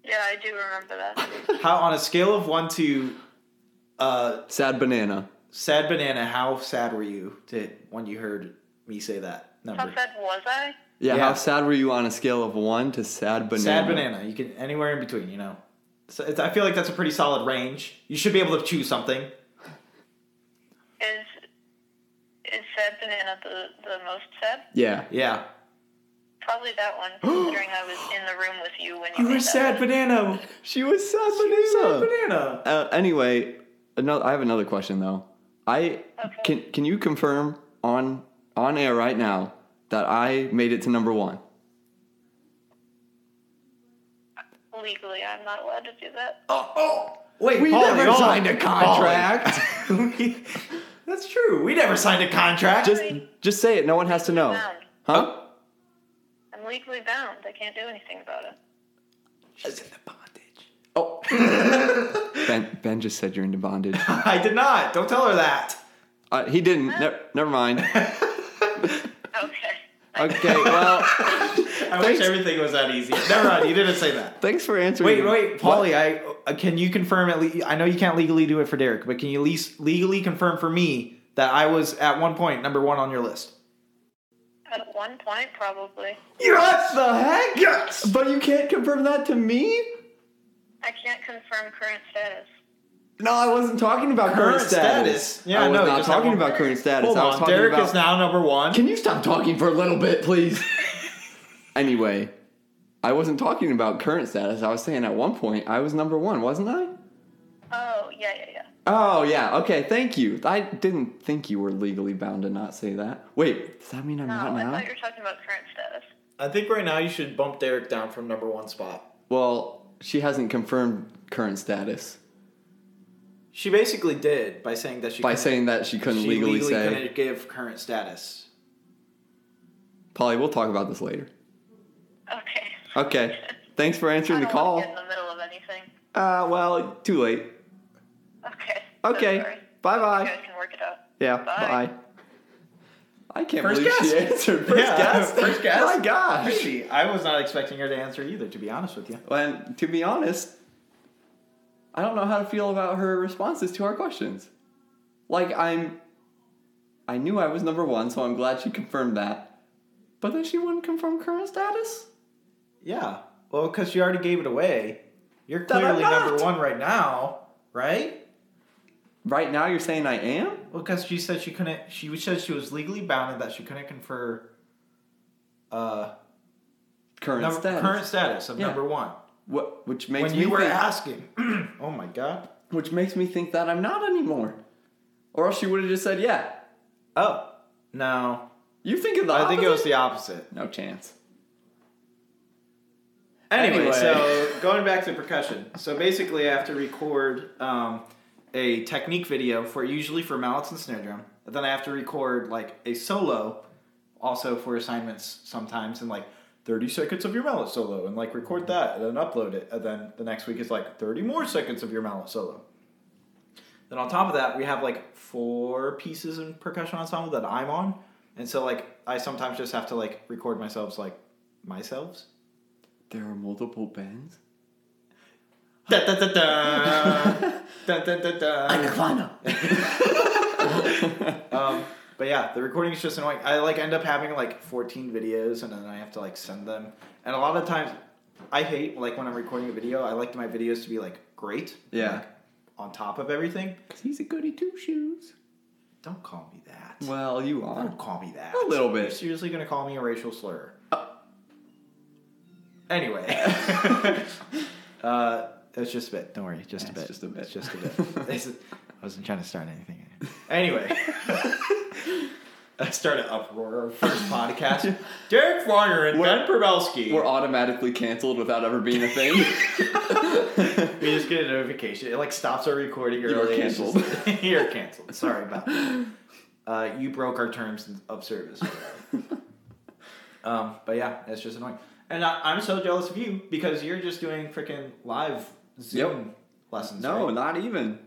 S4: Yeah, I do remember that.
S1: How on a scale of one to uh,
S2: Sad banana.
S1: sad banana, how sad were you to when you heard me say that
S4: How
S1: number?
S4: sad was I?
S2: Yeah,
S1: Yeah.
S2: How sad were you on a scale of one to sad banana?
S1: Sad banana. You can anywhere in between. You know, so it's, I feel like that's a pretty solid range. You should be able to choose something.
S4: Is is sad banana the the most sad?
S2: Yeah.
S1: Yeah.
S4: Probably that one, considering I was in the room with you when you.
S1: You were
S4: made that
S1: sad banana.
S2: She was sad
S1: You
S2: banana.
S1: sad banana.
S2: Uh, anyway, another, I have another question though. I
S4: Okay.
S2: can can you confirm on on air right now that I made it to number one?
S4: Legally, I'm not allowed to do that.
S1: Oh, oh. Wait,
S2: We
S1: Paul,
S2: never
S1: y'all-
S2: signed a contract.
S1: Paul. We- that's true. We never signed a contract.
S2: Just just say it. No one has to know. Huh?
S4: I'm legally bound. I can't do anything about it.
S1: She's in the bondage.
S2: Oh. ben Ben just said you're into bondage.
S1: I did not. Don't tell her that.
S2: Uh, he didn't. Ne- never mind.
S4: Okay.
S2: Okay. Well,
S1: I wish everything was that easy. Never mind. You didn't say that.
S2: thanks for answering.
S1: Wait, wait, Polly. I uh, can you confirm at least? I know you can't legally do it for Derek, but can you at least legally confirm for me that I was at one point number one on your list?
S4: At one point, probably.
S1: Yes. What the heck? Yes.
S2: But you can't confirm that to me.
S4: I can't confirm current status.
S2: No, I wasn't talking about current,
S1: Current status. Yeah,
S2: I was
S1: no, you
S2: not
S1: just had
S2: talking
S1: one-
S2: about current status.
S1: Hold
S2: I was
S1: on.
S2: talking
S1: Derek
S2: about.
S1: is now number one.
S2: Can you stop talking for a little bit, please? anyway, I wasn't talking about current status. I was saying at one point I was number one, wasn't I?
S4: Oh yeah, yeah, yeah.
S2: Oh yeah. Okay. Thank you. I didn't think you were legally bound to not say that. Wait, does that mean I'm
S4: No,
S2: not
S4: Oh, I
S2: now?
S4: thought you were talking about current status.
S1: I think right now you should bump Derek down from number one spot.
S2: Well, she hasn't confirmed current status
S1: She basically did by saying that she
S2: by
S1: couldn't-
S2: saying that she couldn't
S1: she
S2: legally, say.
S1: couldn't give current status.
S2: Polly, we'll talk about this later.
S4: Okay.
S2: Okay. Thanks for
S4: I
S2: answering the
S4: don't
S2: call.
S4: want to get in the middle of anything.
S2: Uh, well, too late.
S4: Okay. so
S2: Okay.
S4: sorry.
S2: Bye
S4: You
S2: bye.
S4: guys can work it out.
S2: Yeah.
S4: Bye.
S2: Bye. I can't
S1: First
S2: believe she
S1: guess.
S2: answered. First
S1: Yeah,
S2: guess.
S1: first guess.
S2: My gosh.
S1: Really, I was not expecting her to answer either. To be honest with you,
S2: And to be honest, I don't know how to feel about her responses to our questions. Like I'm, I knew I was number one, so I'm glad she confirmed that. But then she wouldn't confirm current status.
S1: yeah. Well, because you already gave it away. You're
S2: That I'm
S1: clearly number
S2: not.
S1: one right now, right?
S2: Right now, you're saying I am.
S1: Well, because she said she couldn't. She said she was legally bound and that she couldn't confer uh,
S2: current
S1: number,
S2: status.
S1: current status of
S2: Yeah.
S1: number one.
S2: What, which makes
S1: when
S2: me
S1: you were
S2: think,
S1: asking, oh my god.
S2: which makes me think that I'm not anymore, or else she would have just said, "Yeah,
S1: Oh no,
S2: you think of the."
S1: I think it was
S2: opposite?"
S1: the opposite.
S2: no chance.
S1: Anyway,
S2: Anyway.
S1: so going back to percussion. So basically, I have to record um, a technique video for usually for mallets and snare drum. But then I have to record like a solo, also for assignments sometimes, and like thirty seconds of your mallet solo, and like record that, and then upload it, and then the next week is like thirty more seconds of your mallet solo. Then on top of that, we have like four pieces in percussion ensemble that I'm on, and so like I sometimes just have to like record myself like myself.
S2: There are multiple bands.
S1: Da, da, da, da. Da, da, da, da. Um, but yeah, the recording is just annoying. I like end up having like 14 videos and then I have to like send them. And a lot of times, I hate like when I'm recording a video. I like my videos to be like great,
S2: Yeah.
S1: like, on top of everything.
S2: He's a goody two shoes.
S1: Don't call me that.
S2: Well, you are.
S1: Don't call me that.
S2: A little bit.
S1: You're seriously gonna call me a racial slur? Anyway, uh, it's just a bit. Don't worry, just a
S2: It's
S1: bit.
S2: just a bit.
S1: It's just a bit. It's- I wasn't trying to start anything. Anyway, I start an uproar. Our first podcast. Derek Varner and
S2: We're-
S1: Ben Probelski.
S2: We're automatically canceled without ever being a thing.
S1: We just get a notification. It like stops our recording early.
S2: are
S1: It's just- You're canceled. Sorry about that. Uh, you broke our terms of service. um, but yeah, it's just annoying. And I, I'm so jealous of you because you're just doing freaking live Zoom lessons.
S2: no,
S1: right?
S2: not even.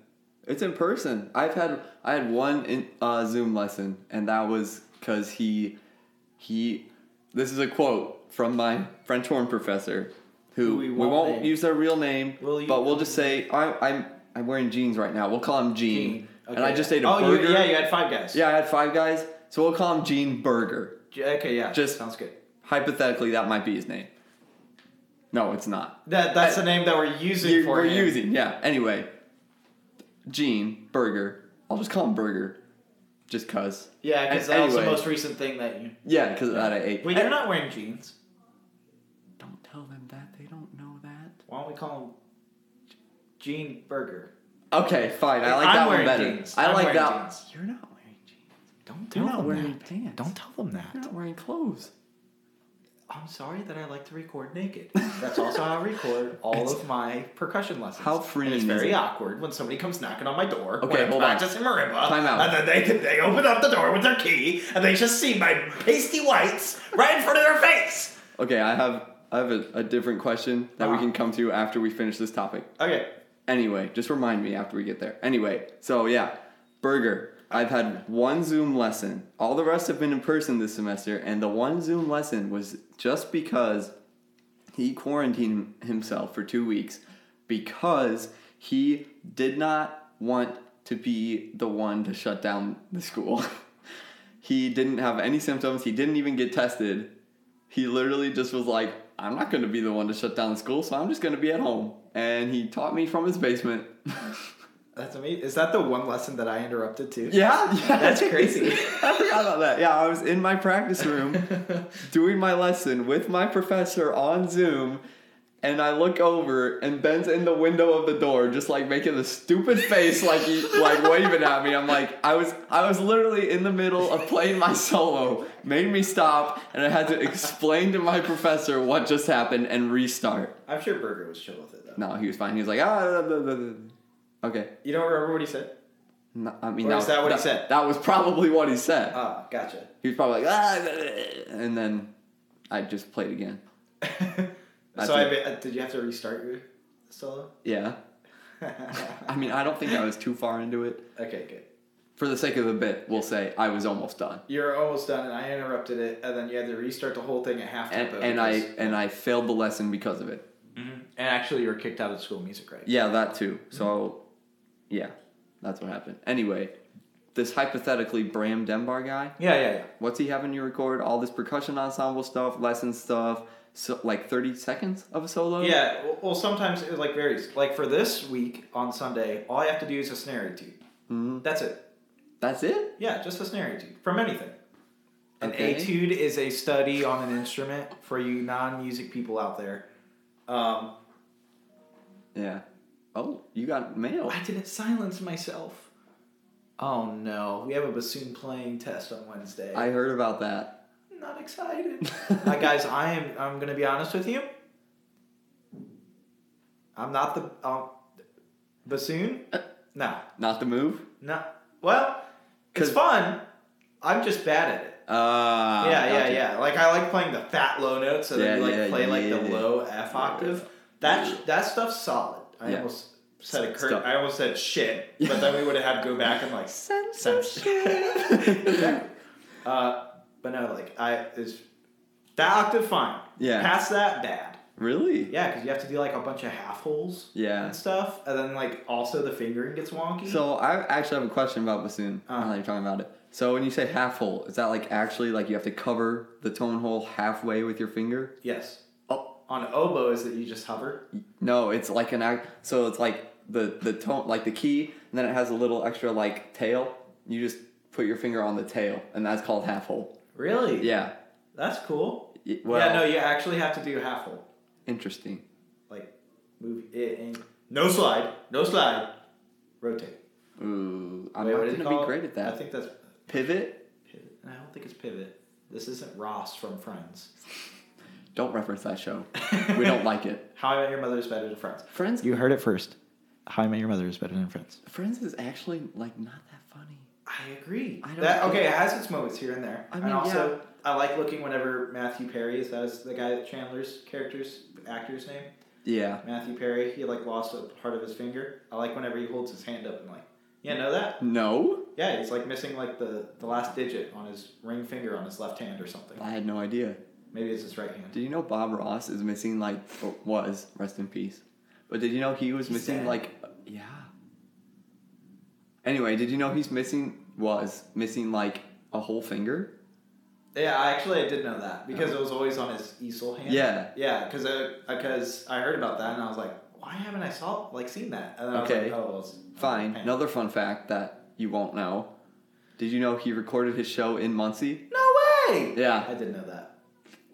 S2: It's in person. I've had I had one in, uh, Zoom lesson, and that was because he he. This is a quote from my French horn professor, who we
S1: We
S2: won't,
S1: won't name.
S2: use their real name,
S1: Will you-
S2: but we'll just say I, I'm I'm wearing jeans right now. We'll call him Gene,
S1: Okay.
S2: and I just ate a
S1: oh,
S2: burger.
S1: You, yeah, you had five guys.
S2: Yeah, I had five guys, so we'll call him Gene Burger.
S1: J- Okay, yeah.
S2: Just-
S1: sounds good.
S2: Hypothetically, that might be his name. No, it's not.
S1: That that's the name that we're using
S2: You're-
S1: for
S2: we're
S1: him.
S2: using. Yeah. Anyway, Gene Burger. I'll just call him Burger, just cause.
S1: Yeah, because
S2: A-
S1: that was the
S2: anyway.
S1: most recent thing that you.
S2: Yeah, because of that I ate. Eh.
S1: Wait, you're not wearing jeans.
S2: Don't tell them that. They don't know that.
S1: Why don't we call him Gene Burger?
S2: Okay, fine. I like
S1: I'm
S2: that one
S1: wearing
S2: better.
S1: jeans.
S2: I
S1: I'm
S2: like
S1: wearing
S2: that.
S1: jeans.
S2: You're not wearing jeans.
S1: Don't
S2: You're
S1: tell
S2: not
S1: them
S2: wearing
S1: that.
S2: pants.
S1: Don't tell them
S2: You're
S1: that.
S2: not wearing clothes.
S1: I'm sorry that I like to record naked. That's also how I record all
S2: It's-
S1: of my percussion lessons.
S2: How
S1: And
S2: freeing
S1: it's
S2: is
S1: very
S2: it?
S1: awkward when somebody comes knocking on my door.
S2: Okay,
S1: when I'm
S2: hold on.
S1: Practicing marimba.
S2: Time out.
S1: And then they they open up the door with their key and they just see my pasty whites right in front of their face.
S2: Okay, I have I have a, a different question that we
S1: Ah.
S2: can come to after we finish this topic.
S1: Okay.
S2: Anyway, just remind me after we get there. Anyway, so yeah, burger. I've had one Zoom lesson. All the rest have been in person this semester, and the one Zoom lesson was just because he quarantined himself for two weeks because he did not want to be the one to shut down the school. he didn't have any symptoms. He didn't even get tested. He literally just was like, I'm not going to be the one to shut down the school, so I'm just going to be at home. And he taught me from his basement.
S1: That's amazing. Is that the one lesson that I interrupted too?
S2: yeah, yeah,
S1: That's crazy.
S2: I forgot about that. Yeah, I was in my practice room doing my lesson with my professor on Zoom, and I look over and Ben's in the window of the door, just like making the stupid face, like he, like waving at me. I'm like, I was I was literally in the middle of playing my solo, made me stop, and I had to explain to my professor what just happened and restart.
S1: I'm sure Burger was chill with it though.
S2: No, he was fine. He was like, ah, blah, blah, blah, blah." okay.
S1: You don't remember what he said?
S2: No, I mean,
S1: Or is that what he said?
S2: That was probably what he said.
S1: Ah, gotcha.
S2: He was probably like, ah, blah, blah," and then I just played again. That's
S1: so I, uh, did you have to restart your solo?
S2: Yeah. I mean, I don't think I was too far into it.
S1: Okay, good.
S2: For the sake of the bit, we'll say I was almost done.
S1: You're almost done, and I interrupted it, and then you had to restart the whole thing at half
S2: And,
S1: tempo
S2: and I
S1: because-
S2: and I failed the lesson because of it.
S1: and actually you were kicked out of school music, right?
S2: Yeah, that too. So, yeah, that's what happened. Anyway, this hypothetically Bram Denbar guy,
S1: Yeah, yeah, yeah.
S2: what's he having you record? All this percussion ensemble stuff, lesson stuff, so, like 30 seconds of a solo?
S1: Yeah, well- well, sometimes it like varies. Like for this week on Sunday, all I have to do is a snare etude.
S2: Mhm.
S1: That's it.
S2: That's it?
S1: Yeah, just a snare etude from anything. An
S2: Okay.
S1: etude is a study on an instrument for you non-music people out there. Um,
S2: Yeah. Oh, you got mail.
S1: I didn't silence myself. Oh no, we have a bassoon playing test on Wednesday.
S2: I heard about that.
S1: I'm not excited. Uh, guys, I am. I'm gonna be honest with you. I'm not the um, bassoon.
S2: Uh.
S1: No,
S2: Not the move?
S1: no. Well, it's
S2: 'Cause-
S1: fun. I'm just bad at it.
S2: Uh,
S1: yeah, yeah,
S2: gotcha.
S1: yeah. Like I like playing the fat low notes, so then
S2: Yeah,
S1: you like
S2: yeah,
S1: play like
S2: yeah.
S1: the low F octave. That that stuff's solid. I
S2: Yeah.
S1: almost said a cur-
S2: Stuff.
S1: I almost said shit, but then we would have had to go back and like sense Exactly. uh, but no, like I is that octave fine.
S2: Yeah.
S1: Past that bad.
S2: Really?
S1: Yeah, because you have to do like a bunch of half holes.
S2: Yeah.
S1: And stuff, and then like also the fingering gets wonky.
S2: So I actually have a question about bassoon.
S1: Uh.
S2: now that you're talking about it. So when you say half hole, is that like actually like you have to cover the tone hole halfway with your finger?
S1: yes.
S2: Oh.
S1: On oboe is that you just hover.
S2: No, it's like an act. So it's like the the tone, like the key, and then it has a little extra like tail. You just put your finger on the tail, and that's called half hole.
S1: Really?
S2: Yeah.
S1: That's cool.
S2: Y- Well,
S1: yeah, no, you actually have to do half hole.
S2: interesting.
S1: Like, move it and no slide, no slide, rotate.
S2: Ooh, I'm
S1: Wait,
S2: not
S1: what did
S2: gonna
S1: you call
S2: be
S1: it?
S2: great at that.
S1: I think that's
S2: Pivot.
S1: no, think it's Pivot. This isn't Ross from Friends.
S2: Don't reference that show. we don't like it.
S1: How I Met Your Mother is better than Friends.
S2: Friends.
S1: You heard it first. How I Met Your Mother is better than Friends.
S2: Friends is actually like not that funny.
S1: I agree.
S2: I don't
S1: that
S2: think-
S1: okay, it has its moments here and there.
S2: I mean,
S1: and also, I like looking whenever Matthew Perry is that is the guy that Chandler's character's actor's name.
S2: Yeah.
S1: Matthew Perry, he like lost a part of his finger. I like whenever he holds his hand up and like, yeah, know that?
S2: No,
S1: Yeah, he's like missing like the the last digit on his ring finger on his left hand or something.
S2: I had no idea.
S1: Maybe it's his right hand.
S2: Did you know Bob Ross is missing like or was rest in peace? But did you know he was
S1: He's
S2: missing
S1: dead.
S2: like yeah. Anyway, did you know he's missing was missing like a whole finger?
S1: Yeah, I actually I did know that because it was always on his easel hand.
S2: Oh. Yeah.
S1: yeah, because because I, heard about that and I was like, why haven't I saw like seen that? And then I
S2: Okay.
S1: was like, oh, well, it's-
S2: Fine.
S1: Hey.
S2: Another fun fact that you won't know. Did you know he recorded his show in Muncie?
S1: No way!
S2: Yeah.
S1: I didn't know that.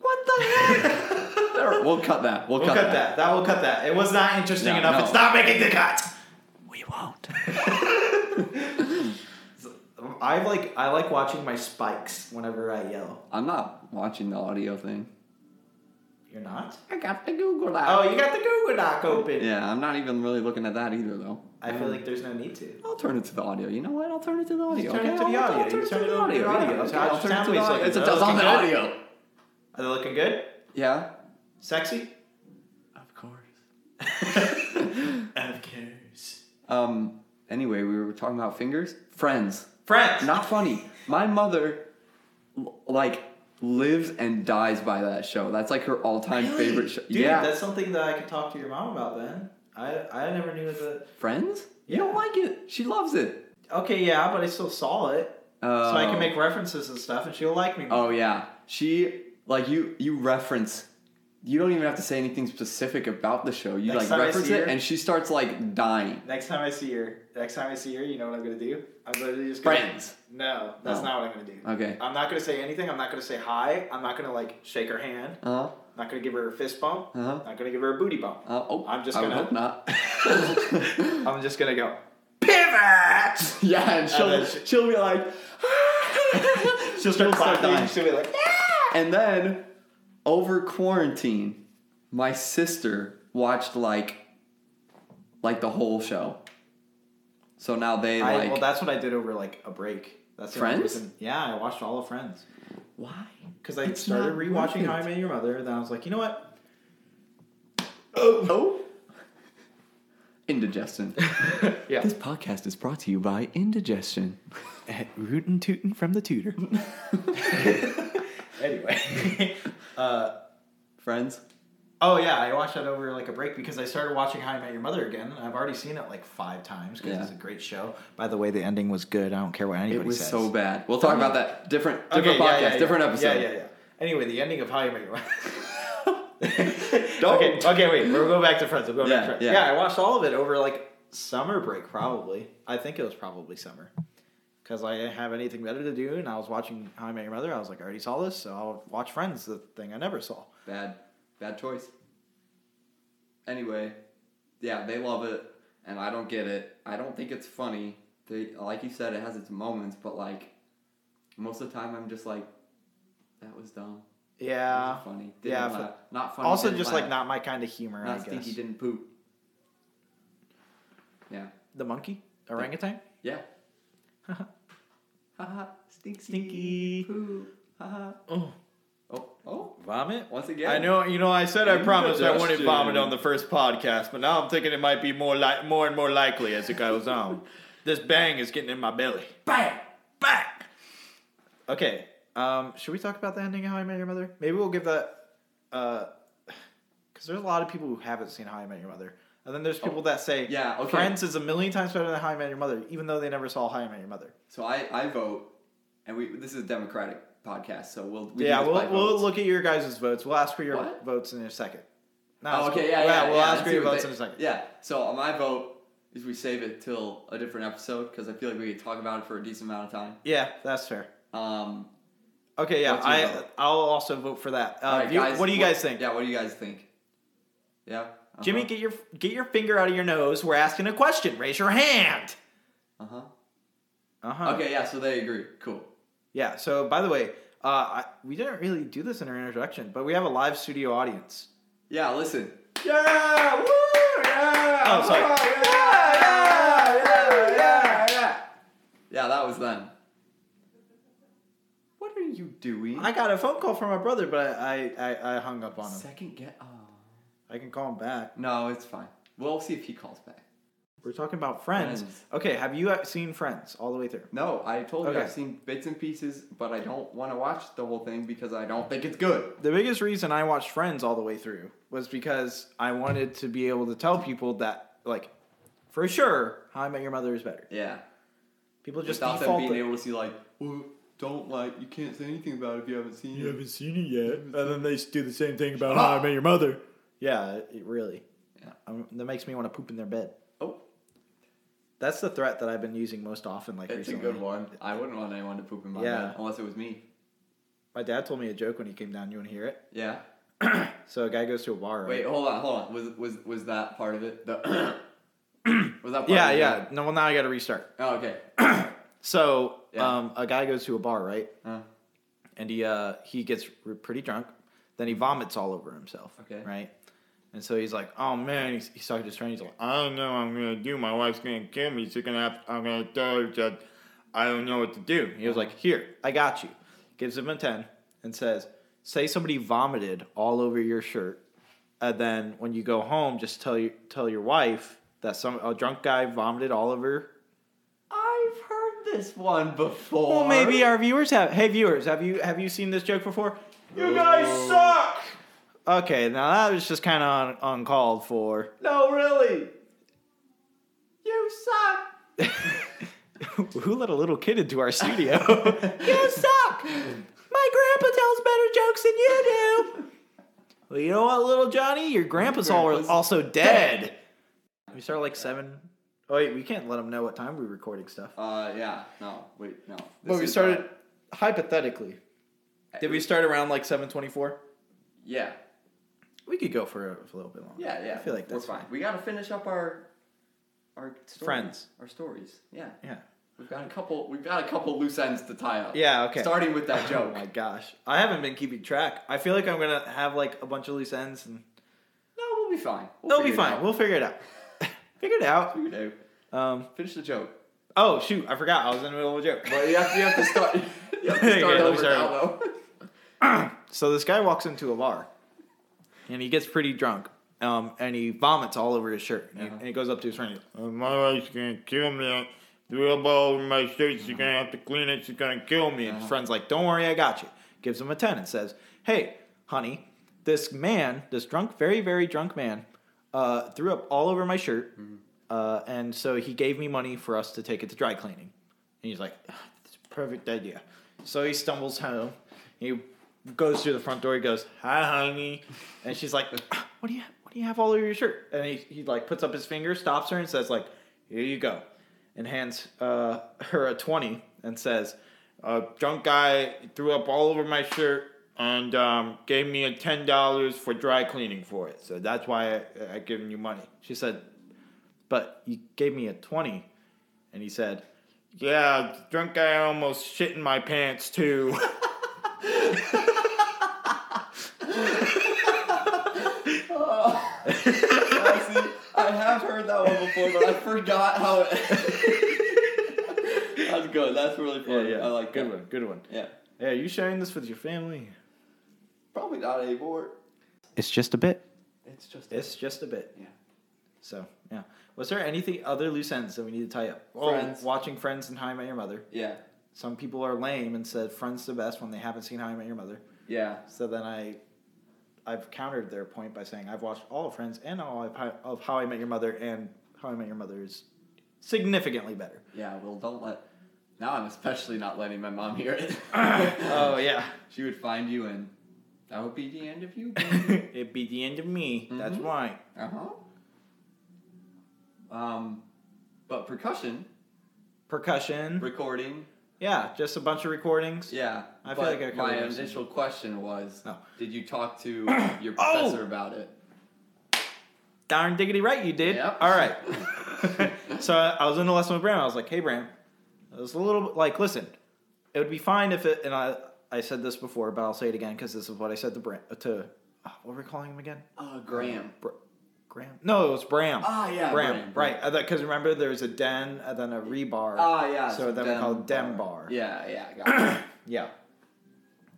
S2: What the heck? There- we'll cut that. We'll,
S1: We'll cut, that. that. will cut that. It was not interesting
S2: No,
S1: enough.
S2: no.
S1: It's not making the cut.
S2: We won't.
S1: I like I like watching my spikes whenever I yell.
S2: I'm not watching the audio thing.
S1: You're not?
S2: I got to Google that.
S1: Oh, you got the Google Doc open.
S2: Yeah, I'm not even really looking at that either, though.
S1: I feel like there's no need to.
S2: I'll turn it to the audio. You know what? I'll turn it to the audio.
S1: Just turn it
S2: okay?
S1: to the
S2: I'll- I'll
S1: audio.
S2: turn
S1: You
S2: it to
S1: turn
S2: the
S1: it over to
S2: audio.
S1: the audio.
S2: Yeah,
S1: It's
S2: okay,
S1: how
S2: I'll
S1: it
S2: turn it
S1: sounds
S2: to the
S1: like.
S2: audio. It's
S1: Is
S2: a
S1: that
S2: dozen
S1: looking good?
S2: audio.
S1: Are they looking good?
S2: Yeah.
S1: Sexy?
S2: Of course.
S1: Of course.
S2: Um. Anyway, we were talking about fingers. Friends.
S1: Friends.
S2: Not funny. My mother, l- like, lives and dies by that show. That's like her all-time
S1: Really?
S2: favorite show.
S1: Dude,
S2: yeah.
S1: that's something that I could talk to your mom about then. I I never knew that.
S2: Friends? You
S1: Yeah.
S2: don't like it. She loves it.
S1: Okay, yeah, but I still saw it,
S2: Uh,
S1: so I can make references and stuff, and she'll like me. more.
S2: Oh yeah, she like you. You reference. You don't even have to say anything specific about the show. You
S1: Next
S2: like
S1: time I
S2: reference
S1: see
S2: it,
S1: her-
S2: and she starts like dying.
S1: Next time I see her, next time I see her, you know what I'm gonna do? I'm literally just gonna,
S2: Friends.
S1: No, that's
S2: Oh.
S1: not what I'm gonna do.
S2: Okay.
S1: I'm not gonna say anything. I'm not gonna say hi. I'm not gonna like shake her hand.
S2: Uh huh.
S1: I'm not gonna give her a fist bump.
S2: Uh-huh.
S1: I'm not gonna give her a booty bump.
S2: Uh, oh,
S1: I'm just
S2: I would
S1: gonna-
S2: hope not.
S1: I'm just gonna go pivot.
S2: yeah, and she'll
S1: then she-
S2: she'll be like,
S1: She'll start clapping.
S2: dying.
S1: She'll be like,
S2: "Ah!" and then over quarantine, my sister watched like like the whole show. So now they
S1: I,
S2: like
S1: well, that's what I did over like a break. That's the only
S2: Friends?
S1: reason- Yeah, I watched all of Friends
S2: why?
S1: because I
S2: It's
S1: started
S2: not
S1: rewatching
S2: worth
S1: How I
S2: it.
S1: Met Your Mother. Then I was like, you know what?
S2: Oh. Indigestion.
S1: Yeah,
S2: This podcast is brought to you by Indigestion.
S1: rootin' tootin' from the tutor. anyway, uh,
S2: Friends?
S1: oh yeah, I watched that over like a break because I started watching How I Met Your Mother again. and I've already seen it like five times because
S2: Yeah.
S1: it's a great show. By the way, the ending was good. I don't care what anybody
S2: It was
S1: says.
S2: so bad. We'll talk about that. Different different
S1: Okay,
S2: podcast,
S1: yeah, yeah, yeah.
S2: different
S1: Yeah,
S2: episode.
S1: yeah, yeah. Anyway, the ending of How You Met Your Mother.
S2: Don't.
S1: Okay, okay, wait. We'll go back to Friends. We'll go back
S2: Yeah,
S1: to Friends.
S2: yeah.
S1: Yeah. I watched all of it over like summer break, probably. I think it was probably summer. Because I didn't have anything better to do, and I was watching How I Met Your Mother. I was like, I already saw this, so I'll watch Friends, the thing I never saw.
S2: Bad bad choice. Anyway, yeah, they love it and I don't get it. I don't think it's funny. They like you said it has its moments, but like most of the time I'm just like that was dumb. That
S1: Yeah.
S2: wasn't funny. Didn't
S1: Yeah,
S2: laugh. Not funny.
S1: Also,
S2: didn't
S1: just
S2: laugh.
S1: like not my kind of humor,
S2: not
S1: I guess.
S2: stinky didn't poop. Yeah.
S1: The monkey? Orangutan?
S2: Yeah. Haha. Haha. Stinky. Stinky. Poo. Haha.
S1: Oh.
S2: Oh. Oh.
S1: Vomit?
S2: Once again.
S3: I know, you know, I said I promised I wouldn't
S2: Indigestion.
S3: vomit on the first podcast, but now I'm thinking it might be more like more and more likely as it goes on. This bang is getting in my belly.
S2: Bam.
S3: Back.
S1: Okay. Um, should we talk about the ending of How I Met Your Mother? Maybe we'll give that. Because there's a lot of people who haven't seen How I Met Your Mother. And then there's people that say,
S2: Oh, yeah, okay.
S1: Friends is a million times better than How I Met Your Mother, even though they never saw How I Met Your Mother.
S2: So I I vote, and we this is a democratic podcast, so we'll we do
S1: yeah,
S2: this by
S1: we'll, we'll
S2: votes.
S1: look at your guys' votes. We'll ask for your
S2: What?
S1: votes in a second. No,
S2: Oh,
S1: it's
S2: okay.
S1: cool.
S2: Yeah. Yeah.
S1: We'll
S2: yeah,
S1: ask
S2: let's
S1: for your
S2: do
S1: votes
S2: it.
S1: in a second.
S2: Yeah. So my vote is we save it till a different episode because I feel like we could talk about it for a decent amount of time.
S1: Yeah, that's fair.
S2: Um.
S1: Okay, yeah,
S2: What's your
S1: I
S2: vote?
S1: I'll also vote for that. Uh,
S2: all right,
S1: do you-
S2: guys,
S1: what do you guys think?
S2: Yeah. What do you guys think? Yeah. uh-huh,
S1: Jimmy, get your get your finger out of your nose. We're asking a question. Raise your hand.
S2: Uh huh.
S1: Uh huh.
S2: Okay. Yeah. So they agree. Cool.
S1: Yeah. So, by the way, uh, I, we didn't really do this in our introduction, but we have a live studio audience.
S2: Yeah, listen. Yeah! Woo! Yeah!
S1: Oh, sorry.
S2: Yeah! Yeah! Yeah! Yeah! Yeah! Yeah, that was them. What are you doing?
S1: I got a phone call from my brother, but I, I, I, I hung up on him.
S2: Second get. Oh.
S1: I can call him back.
S2: No, it's fine. We'll see if he calls back.
S1: We're talking about Friends.
S2: Friends.
S1: Okay, have you uh, seen Friends all the way through?
S2: No, I told you
S1: Okay.
S2: I've seen bits and pieces, but I don't want to watch the whole thing because I don't think it's good.
S1: The biggest reason I watched Friends all the way through was because I wanted to be able to tell people that, like, for sure, How I Met Your Mother is better.
S2: Yeah.
S1: People just
S2: Just Without them
S1: default.
S2: being able to see, like, well, don't like, you can't say anything about it if you haven't seen it.
S3: seen it yet. And then they do the same thing about How I Met Your Mother.
S1: Ah! yeah, it really.
S2: Yeah.
S1: Um, that makes me want to poop in their bed.
S2: Oh,
S1: That's the threat that I've been using most often. Like
S2: it's a
S1: recently.
S2: good one. I wouldn't want anyone to poop in my
S1: Yeah.
S2: bed unless it was me.
S1: My dad told me a joke when he came down. You want to hear it?
S2: Yeah.
S1: So a guy goes to a bar. Right?
S2: Wait, hold on, hold on. Was was was that part of it? The was that part
S1: Yeah,
S2: of it?
S1: yeah. No, well now I got to restart.
S2: Oh, okay.
S1: So
S2: Yeah.
S1: um, a guy goes to a bar, right?
S2: Uh,
S1: and he uh, he gets r- pretty drunk. Then he vomits all over himself.
S2: Okay.
S1: Right. And so he's like, "Oh man," he's, he's talking to his friend. He's like,
S3: I don't know what I'm gonna do. My wife's gonna kill me. She's gonna have. I'm gonna tell her that I don't know what to do.
S1: he was like, "Here, I got you." Gives him a ten and says, "Say somebody vomited all over your shirt, and then when you go home, just tell your tell your wife that some a drunk guy vomited all over."
S2: I've heard this one before.
S1: Well, maybe our viewers have. Hey, viewers, have you have you seen this joke before? You guys suck. Okay, now that was just kind of un- uncalled for.
S2: No, really. You suck.
S1: Who let a little kid into our studio? you suck! My grandpa tells better jokes than you do! Well, you know what, little Johnny? Your grandpa's, al-
S2: grandpa's
S1: also dead. We start like 7. Oh, wait, we can't let them know what time we're recording stuff.
S2: Uh, yeah. No, wait, no.
S1: but
S2: This
S1: we
S2: is,
S1: started,
S2: uh,
S1: hypothetically, did we start around like 724?
S2: yeah,
S1: We could go for a, for a little bit longer.
S2: yeah, yeah.
S1: I feel like
S2: we're
S1: that's
S2: fine. We gotta finish up our our stories,
S1: Friends.
S2: our stories. Yeah,
S1: Yeah.
S2: we've got a couple. We've got a couple loose ends to tie up.
S1: Yeah, okay.
S2: Starting with that
S1: Oh
S2: joke.
S1: my gosh. I haven't been keeping track. I feel like I'm going to have like a bunch of loose ends and
S2: no, we'll be fine. We'll
S1: they'll be
S2: figure it
S1: fine.
S2: out.
S1: We'll figure it out. figure it out.
S2: Figure it out.
S1: Um,
S2: Finish the joke.
S1: oh shoot, I forgot. I was in the middle of a joke.
S2: But you have, you have to start. You have to
S1: Okay,
S2: start
S1: let me
S2: over
S1: start
S2: now, though.
S1: So this guy walks into a bar, and he gets pretty drunk, um, and he vomits all over his shirt, and, he, and he goes up to his friend.
S3: Uh, Uh-huh. my wife's gonna kill me. The real ball over my shirt. She's gonna have to clean it. She's gonna kill me.
S1: And his friend's like, "Don't worry, I got you." Gives him a ten and says, "Hey, honey, this man, this drunk, very very drunk man, uh, threw up all over my shirt,
S3: Mm-hmm.
S1: uh, and so he gave me money for us to take it to dry cleaning." And he's like, "Ah, "That's a perfect idea." So he stumbles home. He goes through the front door. He goes, "Hi, honey," and she's like, "Ah, "What do you what do you have all over your shirt?" And he, he like puts up his finger, stops her, and says like, "Here you go," and hands uh, her a twenty and says,
S3: A drunk guy threw up all over my shirt and um, gave me a ten dollars for dry cleaning for it. So that's why I, I given you money.
S1: She said, "But you gave me a 20. and he said,
S3: Yeah, the drunk guy almost shit in my pants too.
S2: Honestly, Oh. I have heard that one before, but I forgot how it. That's good. That's really funny. I like
S1: good
S2: that.
S1: one, good one.
S2: Yeah,
S1: Yeah, are you sharing this with your family?
S2: probably not anymore.
S1: It's just a bit.
S2: It's just
S1: It's just a bit.
S2: Yeah.
S1: So yeah, was there anything other loose ends that we need to tie up?
S2: Friends.
S1: Oh, watching Friends and How I Met Your Mother.
S2: yeah,
S1: Some people are lame and said Friends the best when they haven't seen How I Met Your Mother.
S2: yeah.
S1: So then I, I've countered their point by saying I've watched all of Friends and all of How- of How I Met Your Mother, and How I Met Your Mother is significantly better.
S2: Yeah, well, don't let. Now I'm especially not letting my mom hear it.
S1: Oh yeah.
S2: she would find you, and that would be the end of you.
S1: It'd be the end of me. That's
S3: Mm-hmm.
S2: Mhm.
S1: right.
S2: uh huh. Um, but percussion
S1: Percussion.
S2: recording.
S1: Yeah, just a bunch of recordings.
S2: Yeah,
S1: I feel
S2: but
S1: like I
S2: my
S1: covered this.
S2: initial question was,
S1: Oh.
S2: did you talk to your professor about it?
S1: Darn diggity right, you did.
S2: Yep.
S1: All right. so I was in the lesson with Bram. I was like, hey, Bram, I was a little like, listen, it would be fine if it. And I I said this before, but I'll say it again because this is what I said to Bram, to uh, what were we calling him again?
S2: Uh, Graham.
S1: Br- Graham? No, it was Bram.
S2: Ah, yeah,
S1: Bram.
S2: Bram,
S1: Right, because remember there was a den and then a rebar.
S2: Ah, yeah.
S1: So then we call it den bar.
S2: Yeah, yeah. Got it.
S1: Yeah.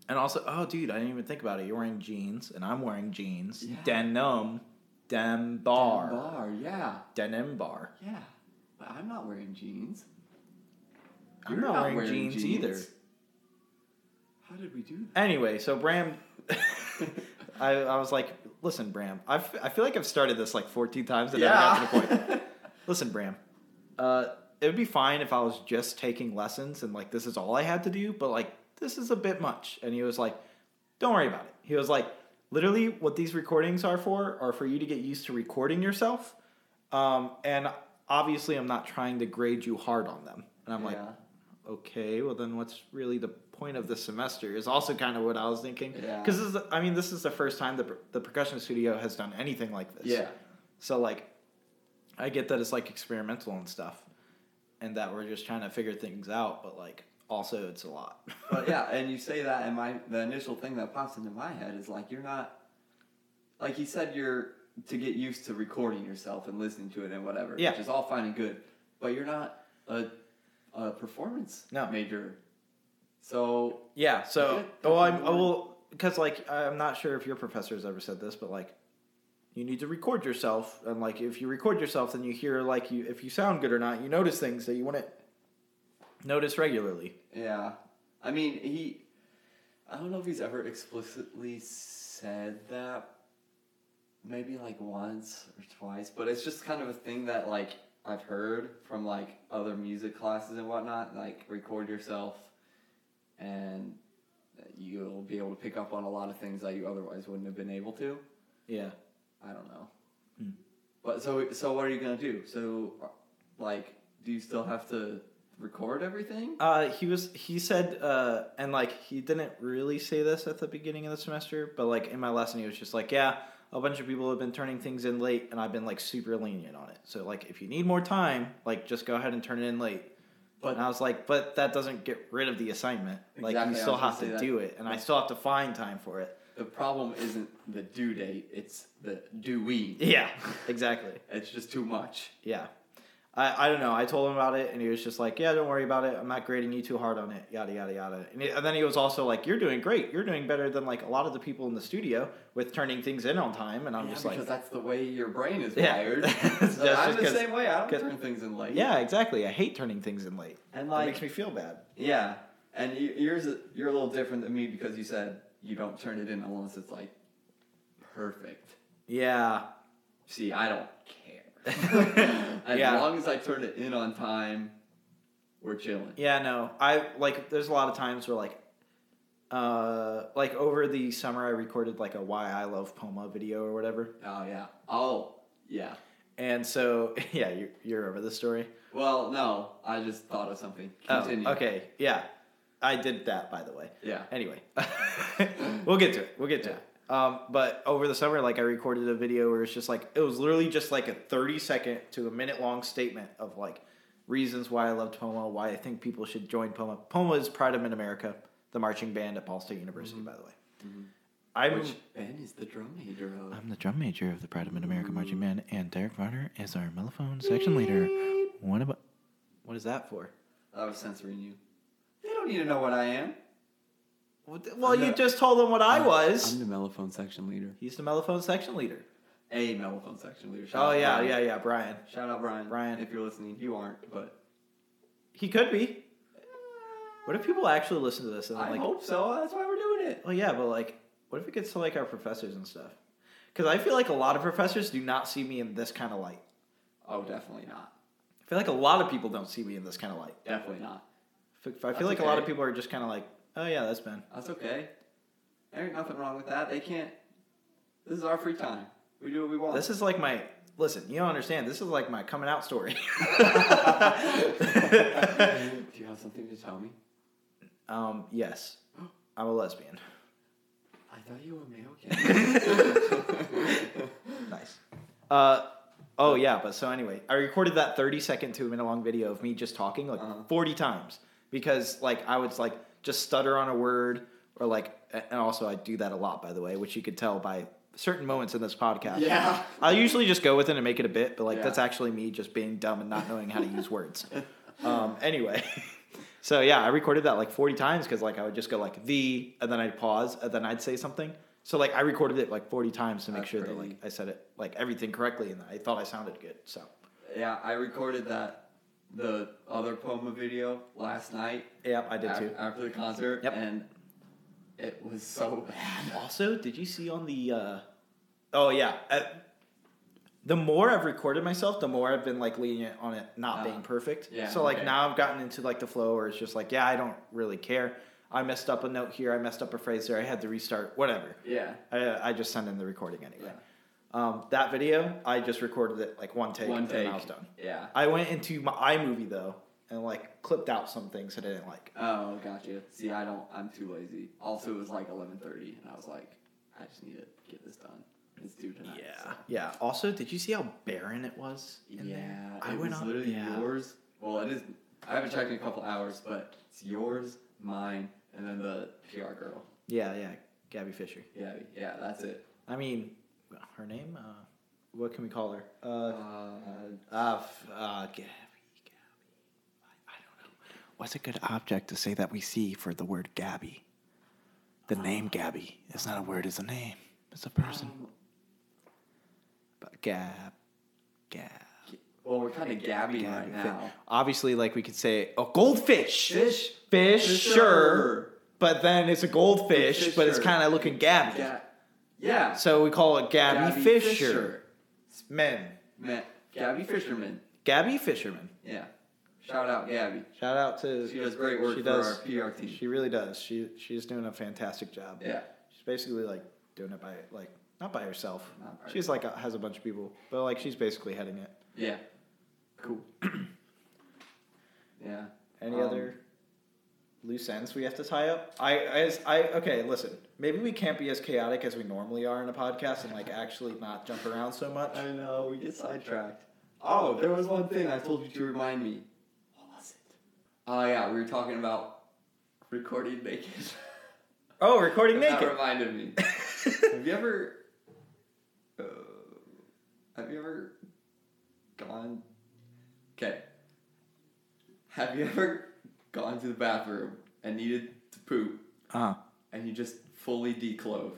S1: And also, oh, dude, I didn't even think about it. You're wearing jeans, and I'm wearing jeans.
S2: Yeah.
S1: Denim, dem bar,
S2: Bar. Yeah,
S1: denim bar.
S2: yeah. But I'm not wearing jeans.
S1: I'm not, wearing, jeans, either.
S2: How did we do that?
S1: Anyway, so Bram, I, I was like, listen, Bram, I've, I feel like I've started this like 14 times and never got to the point. Listen, Bram, uh, it would be fine if I was just taking lessons and like this is all I had to do, but like this is a bit much. And he was like, don't worry about it. He was like, literally, what these recordings are for are for you to get used to recording yourself. Um, and obviously, I'm not trying to grade you hard on them. And I'm like,
S2: Yeah.
S1: okay, well then what's really the point of this semester is also kind of what I was thinking.
S2: Yeah.
S1: Because this is, I mean, this is the first time the, per- the percussion studio has done anything like this.
S2: Yeah.
S1: So like, I get that it's like experimental and stuff, and that we're just trying to figure things out, but like also it's a lot.
S2: But yeah, and you say that, and my the initial thing that pops into my head is like you're not, like he said, you're to get used to recording yourself and listening to it and whatever,
S1: Yeah.
S2: which is all fine and good. But you're not a, a performance
S1: No.
S2: major, so
S1: Yeah. So,
S2: Okay.
S1: oh, I'm, I will, because like, I'm not sure if your professor's ever said this, but like, you need to record yourself, and like, if you record yourself, then you hear like, you if you sound good or not, you notice things that you wouldn't notice regularly.
S2: Yeah. I mean, he. I don't know if he's ever explicitly said that. Maybe like once or twice, but it's just kind of a thing that like I've heard from like other music classes and whatnot. Like record yourself, and you'll be able to pick up on a lot of things that you otherwise wouldn't have been able to.
S1: Yeah.
S2: I don't know. But so so what are you gonna do? So like, do you still have to record everything?
S1: Uh, he was. He said, uh, and like he didn't really say this at the beginning of the semester, but like in my lesson, he was just like, "Yeah, a bunch of people have been turning things in late, and I've been like super lenient on it. So like, if you need more time, like just go ahead and turn it in late."
S2: But-
S1: and I was like, "But that doesn't get rid of the assignment. like you
S2: Exactly, I
S1: still
S2: was gonna
S1: have
S2: say
S1: to
S2: that.
S1: do it, and I still have to find time for it."
S2: The problem isn't the due date, it's the do we.
S1: Yeah, exactly.
S2: It's just too much.
S1: Yeah. I, I don't know. I told him about it, and he was just like, "Yeah, don't worry about it. I'm not grading you too hard on it." Yada yada yada. And, he- and then he was also like, "You're doing great. You're doing better than like a lot of the people in the studio with turning things in on time." And I'm
S2: Yeah,
S1: just
S2: because
S1: like,
S2: that's the way your brain is
S1: Yeah.
S2: wired.
S1: That's
S2: So
S1: just
S2: I'm the
S1: 'cause-
S2: same way. I
S1: 'cause-
S2: don't turn things in late.
S1: "Yeah, exactly. I hate turning things in late.
S2: And
S1: it
S2: like-
S1: makes me feel bad."
S2: Yeah. And you, yours, is- you're a little different than me because you said you don't turn it in unless it's like perfect.
S1: Yeah,
S2: See, I don't care. as
S1: Yeah.
S2: long as I turn it in on time, we're chilling.
S1: Yeah, no. I like there's a lot of times where like uh like over the summer I recorded like a why I love Poma video or whatever.
S2: Oh, yeah. Oh, yeah.
S1: And so yeah, you you're over this story.
S2: Well, no, I just thought of something. Continue.
S1: Oh, okay. Yeah. I did that by the way.
S2: Yeah.
S1: Anyway. we'll get to it. We'll get to
S2: Yeah.
S1: it. Um, but over the summer, like I recorded a video where it's just like it was literally just like a thirty second to a minute long statement of like reasons why I loved Poma, why I think people should join Poma. Poma is Pride of Mid America, the marching band at Ball State University, by the way. I'm
S2: Mm-hmm. Which Ben is the drum major of.
S1: I'm the drum major of the Pride of Mid America
S2: Mm-hmm.
S1: Marching Band, and Derek Varner is our mellophone section leader. What about what is that for?
S2: I was censoring you. They don't need to know what I am.
S1: Well,
S2: I'm
S1: you
S2: the-
S1: just told them what I was.
S2: I'm the mellophone section leader.
S1: He's the mellophone section leader.
S2: A mellophone section leader. Shout
S1: Oh
S2: out
S1: yeah,
S2: Brian.
S1: yeah, yeah, Brian.
S2: Shout out Brian.
S1: Brian.
S2: If you're listening, you aren't, but
S1: He could be. What if people actually listen to this and
S2: I
S1: like,
S2: hope so. That's why we're doing it.
S1: well, yeah, but like, what if it gets to like our professors and stuff? Because I feel like a lot of professors do not see me in this kind of light.
S2: Oh, definitely not.
S1: I feel like a lot of people don't see me in this kind of light.
S2: Definitely not.
S1: I feel
S2: That's
S1: like a lot of
S2: okay.
S1: people are just kind of like, oh yeah, that's Ben.
S2: That's okay. There ain't nothing wrong with that. They can't. This is our free time. We do what we want.
S1: This is like my listen. You don't understand. This is like my coming out story.
S2: do you have something to tell me?
S1: um, yes, I'm a lesbian.
S2: I thought you were male. Ken.
S1: Nice. Uh, oh yeah, but so anyway, I recorded that 30 second to a minute long video of me just talking like
S2: Uh-huh.
S1: 40 times because like I would like just stutter on a word or like a- and also I do that a lot by the way, which you could tell by certain moments in this podcast.
S2: Yeah.
S1: I usually just go with it and make it a bit, but like
S2: Yeah.
S1: that's actually me just being dumb and not knowing how to use words. Um, anyway, so yeah, I recorded that like 40 times because like I would just go like the, and then I'd pause, and then I'd say something. So like I recorded it like 40 times to make
S2: That's
S1: sure that
S2: crazy.
S1: like I said it like everything correctly, and I thought I sounded good. So
S2: Yeah, I recorded that the other Poma video last night
S1: yeah, I did
S2: af-
S1: too.
S2: after the concert,
S1: Yep.
S2: and it was so bad.
S1: Also, did you see on the? Uh, oh yeah. Uh, the more I've recorded myself, the more I've been like lenient on it not
S2: Ah,
S1: being perfect.
S2: yeah,
S1: so like
S2: okay.
S1: now I've gotten into like the flow where it's just like, yeah, I don't really care. I messed up a note here. I messed up a phrase there. I had to restart. Whatever.
S2: Yeah,
S1: I, I just send in the recording anyway.
S2: Yeah.
S1: Um, that video, I just recorded it like one take.
S2: one
S1: and
S2: take.
S1: I was done.
S2: Yeah.
S1: I went into my iMovie though and like clipped out some things that I didn't like.
S2: Oh, gotcha. See, I don't. I'm too lazy. Also, it was like 11:30, and I was like, I just need to get this done. It's due tonight. so.
S1: Yeah. Also, did you see how barren it was? in
S2: Yeah.
S1: there?
S2: I
S1: I
S2: it
S1: went
S2: was
S1: on-
S2: literally
S1: yeah.
S2: yours. Well, it is. I haven't checked in a couple hours, but it's yours, mine, and then the PR girl.
S1: Yeah, yeah. Gabby Fisher.
S2: Yeah, yeah, that's it.
S1: I mean, her name? Uh, what can we call her? Uh,
S2: Uh,
S1: uh, f- uh, Gabby, Gabby. I, I don't know. What's a good object to say that we see for the word Gabby?
S2: Uh,
S1: The name Gabby is not a word, it's a name. It's a
S2: um,
S1: person. But Gab, Gab.
S2: Well, we're kind of gabbing
S1: Gabby
S2: right
S1: Fi-
S2: now.
S1: Obviously, like we could say a goldfish.
S2: Fish.
S1: Fish, sure.
S2: Fisher.
S1: But then it's a goldfish, but it's
S2: Fisher.
S1: kind of looking Gabby.
S2: Ga- yeah.
S1: So we call it Gabby, Fisher. Men.
S2: Man, Gabby Fisherman.
S1: Gabby Fisherman.
S2: Yeah. Shout out Gabby.
S1: Shout out to
S2: She does great work
S1: She
S2: for
S1: does.
S2: our PR team.
S1: She really does. She she's doing a fantastic job.
S2: yeah.
S1: She's basically like doing it by like not by herself.
S2: Not by
S1: she's like a, has a bunch of people, but like she's basically heading it.
S2: Yeah. Cool. yeah.
S1: Any
S2: Um,
S1: other loose ends we have to tie up? I as I okay, listen. Maybe we can't be as chaotic as we normally are in a podcast and like actually not jump around so much.
S2: I know, we get sidetracked. Oh, there was one thing I told you to remind me. What was it? Oh, yeah, we were talking about recording naked.
S1: Oh, recording
S2: that
S1: naked.
S2: reminded me. have you ever. Uh, have you ever gone. Okay. Have you ever gone to the bathroom and needed to poop
S1: Uh-huh.
S2: and you just fully declove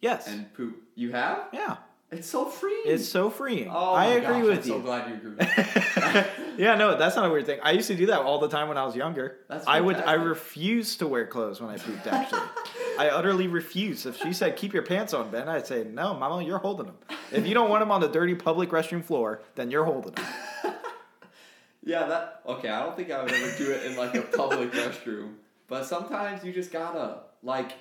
S1: Yes.
S2: and poop? You have?
S1: yeah. It's,
S2: It's so free.
S1: so freeing.
S2: Oh,
S1: I
S2: my
S1: agree
S2: gosh,
S1: with
S2: I'm
S1: you.
S2: So glad you agree. With me.
S1: yeah, no, that's not a weird thing. I used to do that all the time when I was younger.
S2: That's
S1: I would I
S2: fantastic.
S1: refused to wear clothes when I pooped actually. I utterly refused. If she said keep your pants on, Ben, I'd say, "No, mama, you're holding them. If you don't want them on the dirty public restroom floor, then you're holding them."
S2: Yeah, that okay. I don't think I would ever do it in like a public restroom, but sometimes you just gotta like,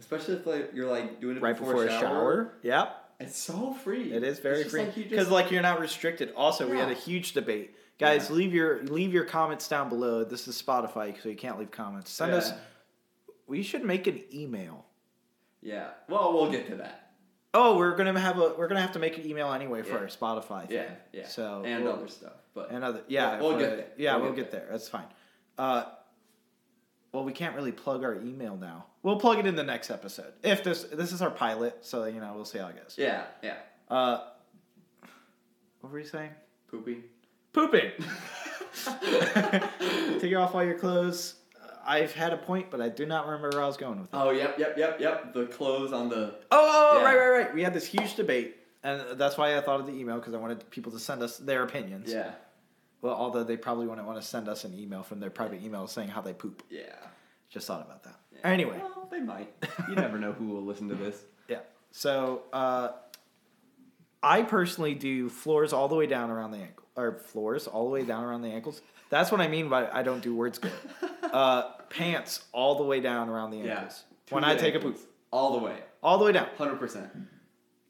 S2: especially if like, you're like doing it
S1: Right
S2: before, a shower.
S1: Yep.
S2: It's so free.
S1: It is very
S2: it's just
S1: free
S2: Like you
S1: because
S2: just,
S1: like, you're not restricted. Also, we had a
S2: Yeah.
S1: huge debate. Guys,
S2: Yeah.
S1: leave your leave your comments down below. This is Spotify, so you can't leave comments. Send us.
S2: Yeah.
S1: We should make an email.
S2: yeah. Well, we'll get to that.
S1: Oh, we're gonna have a we're gonna have to make an email anyway for
S2: Yeah.
S1: our Spotify. Thing.
S2: Yeah, yeah.
S1: So
S2: and
S1: we'll-
S2: other stuff, but
S1: and other yeah,
S2: Yeah, we'll
S1: for-
S2: get there.
S1: Yeah, we'll,
S2: We'll
S1: get
S2: get
S1: there. That's fine. Uh, well, we can't really plug our email now. We'll plug it in the next episode. If this this is our pilot, so you know we'll see how it goes.
S2: yeah, yeah.
S1: Uh, what were you saying?
S2: Pooping.
S1: Pooping. Take off all your clothes. Uh, I've had a point, but I do not remember where I was going with it.
S2: Oh, yep, yep, yep, yep. The clothes on the
S1: Oh, oh, oh,
S2: Yeah.
S1: right, right, right. We had this huge debate, and that's why I thought of the email because I wanted people to send us their opinions.
S2: yeah,
S1: Well, although they probably wouldn't want to send us an email from their private email saying how they poop.
S2: yeah.
S1: Just thought about that.
S2: yeah.
S1: Anyway,
S2: well, they might. You never know who will listen to this.
S1: yeah. So uh, I personally do floors all the way down around the ankle, or floors all the way down around the ankles. That's what I mean by I don't do words good. Uh, pants all the way down around the
S2: Yeah.
S1: ankles when I take a poop,
S2: all the way,
S1: all the way down.
S2: hundred percent.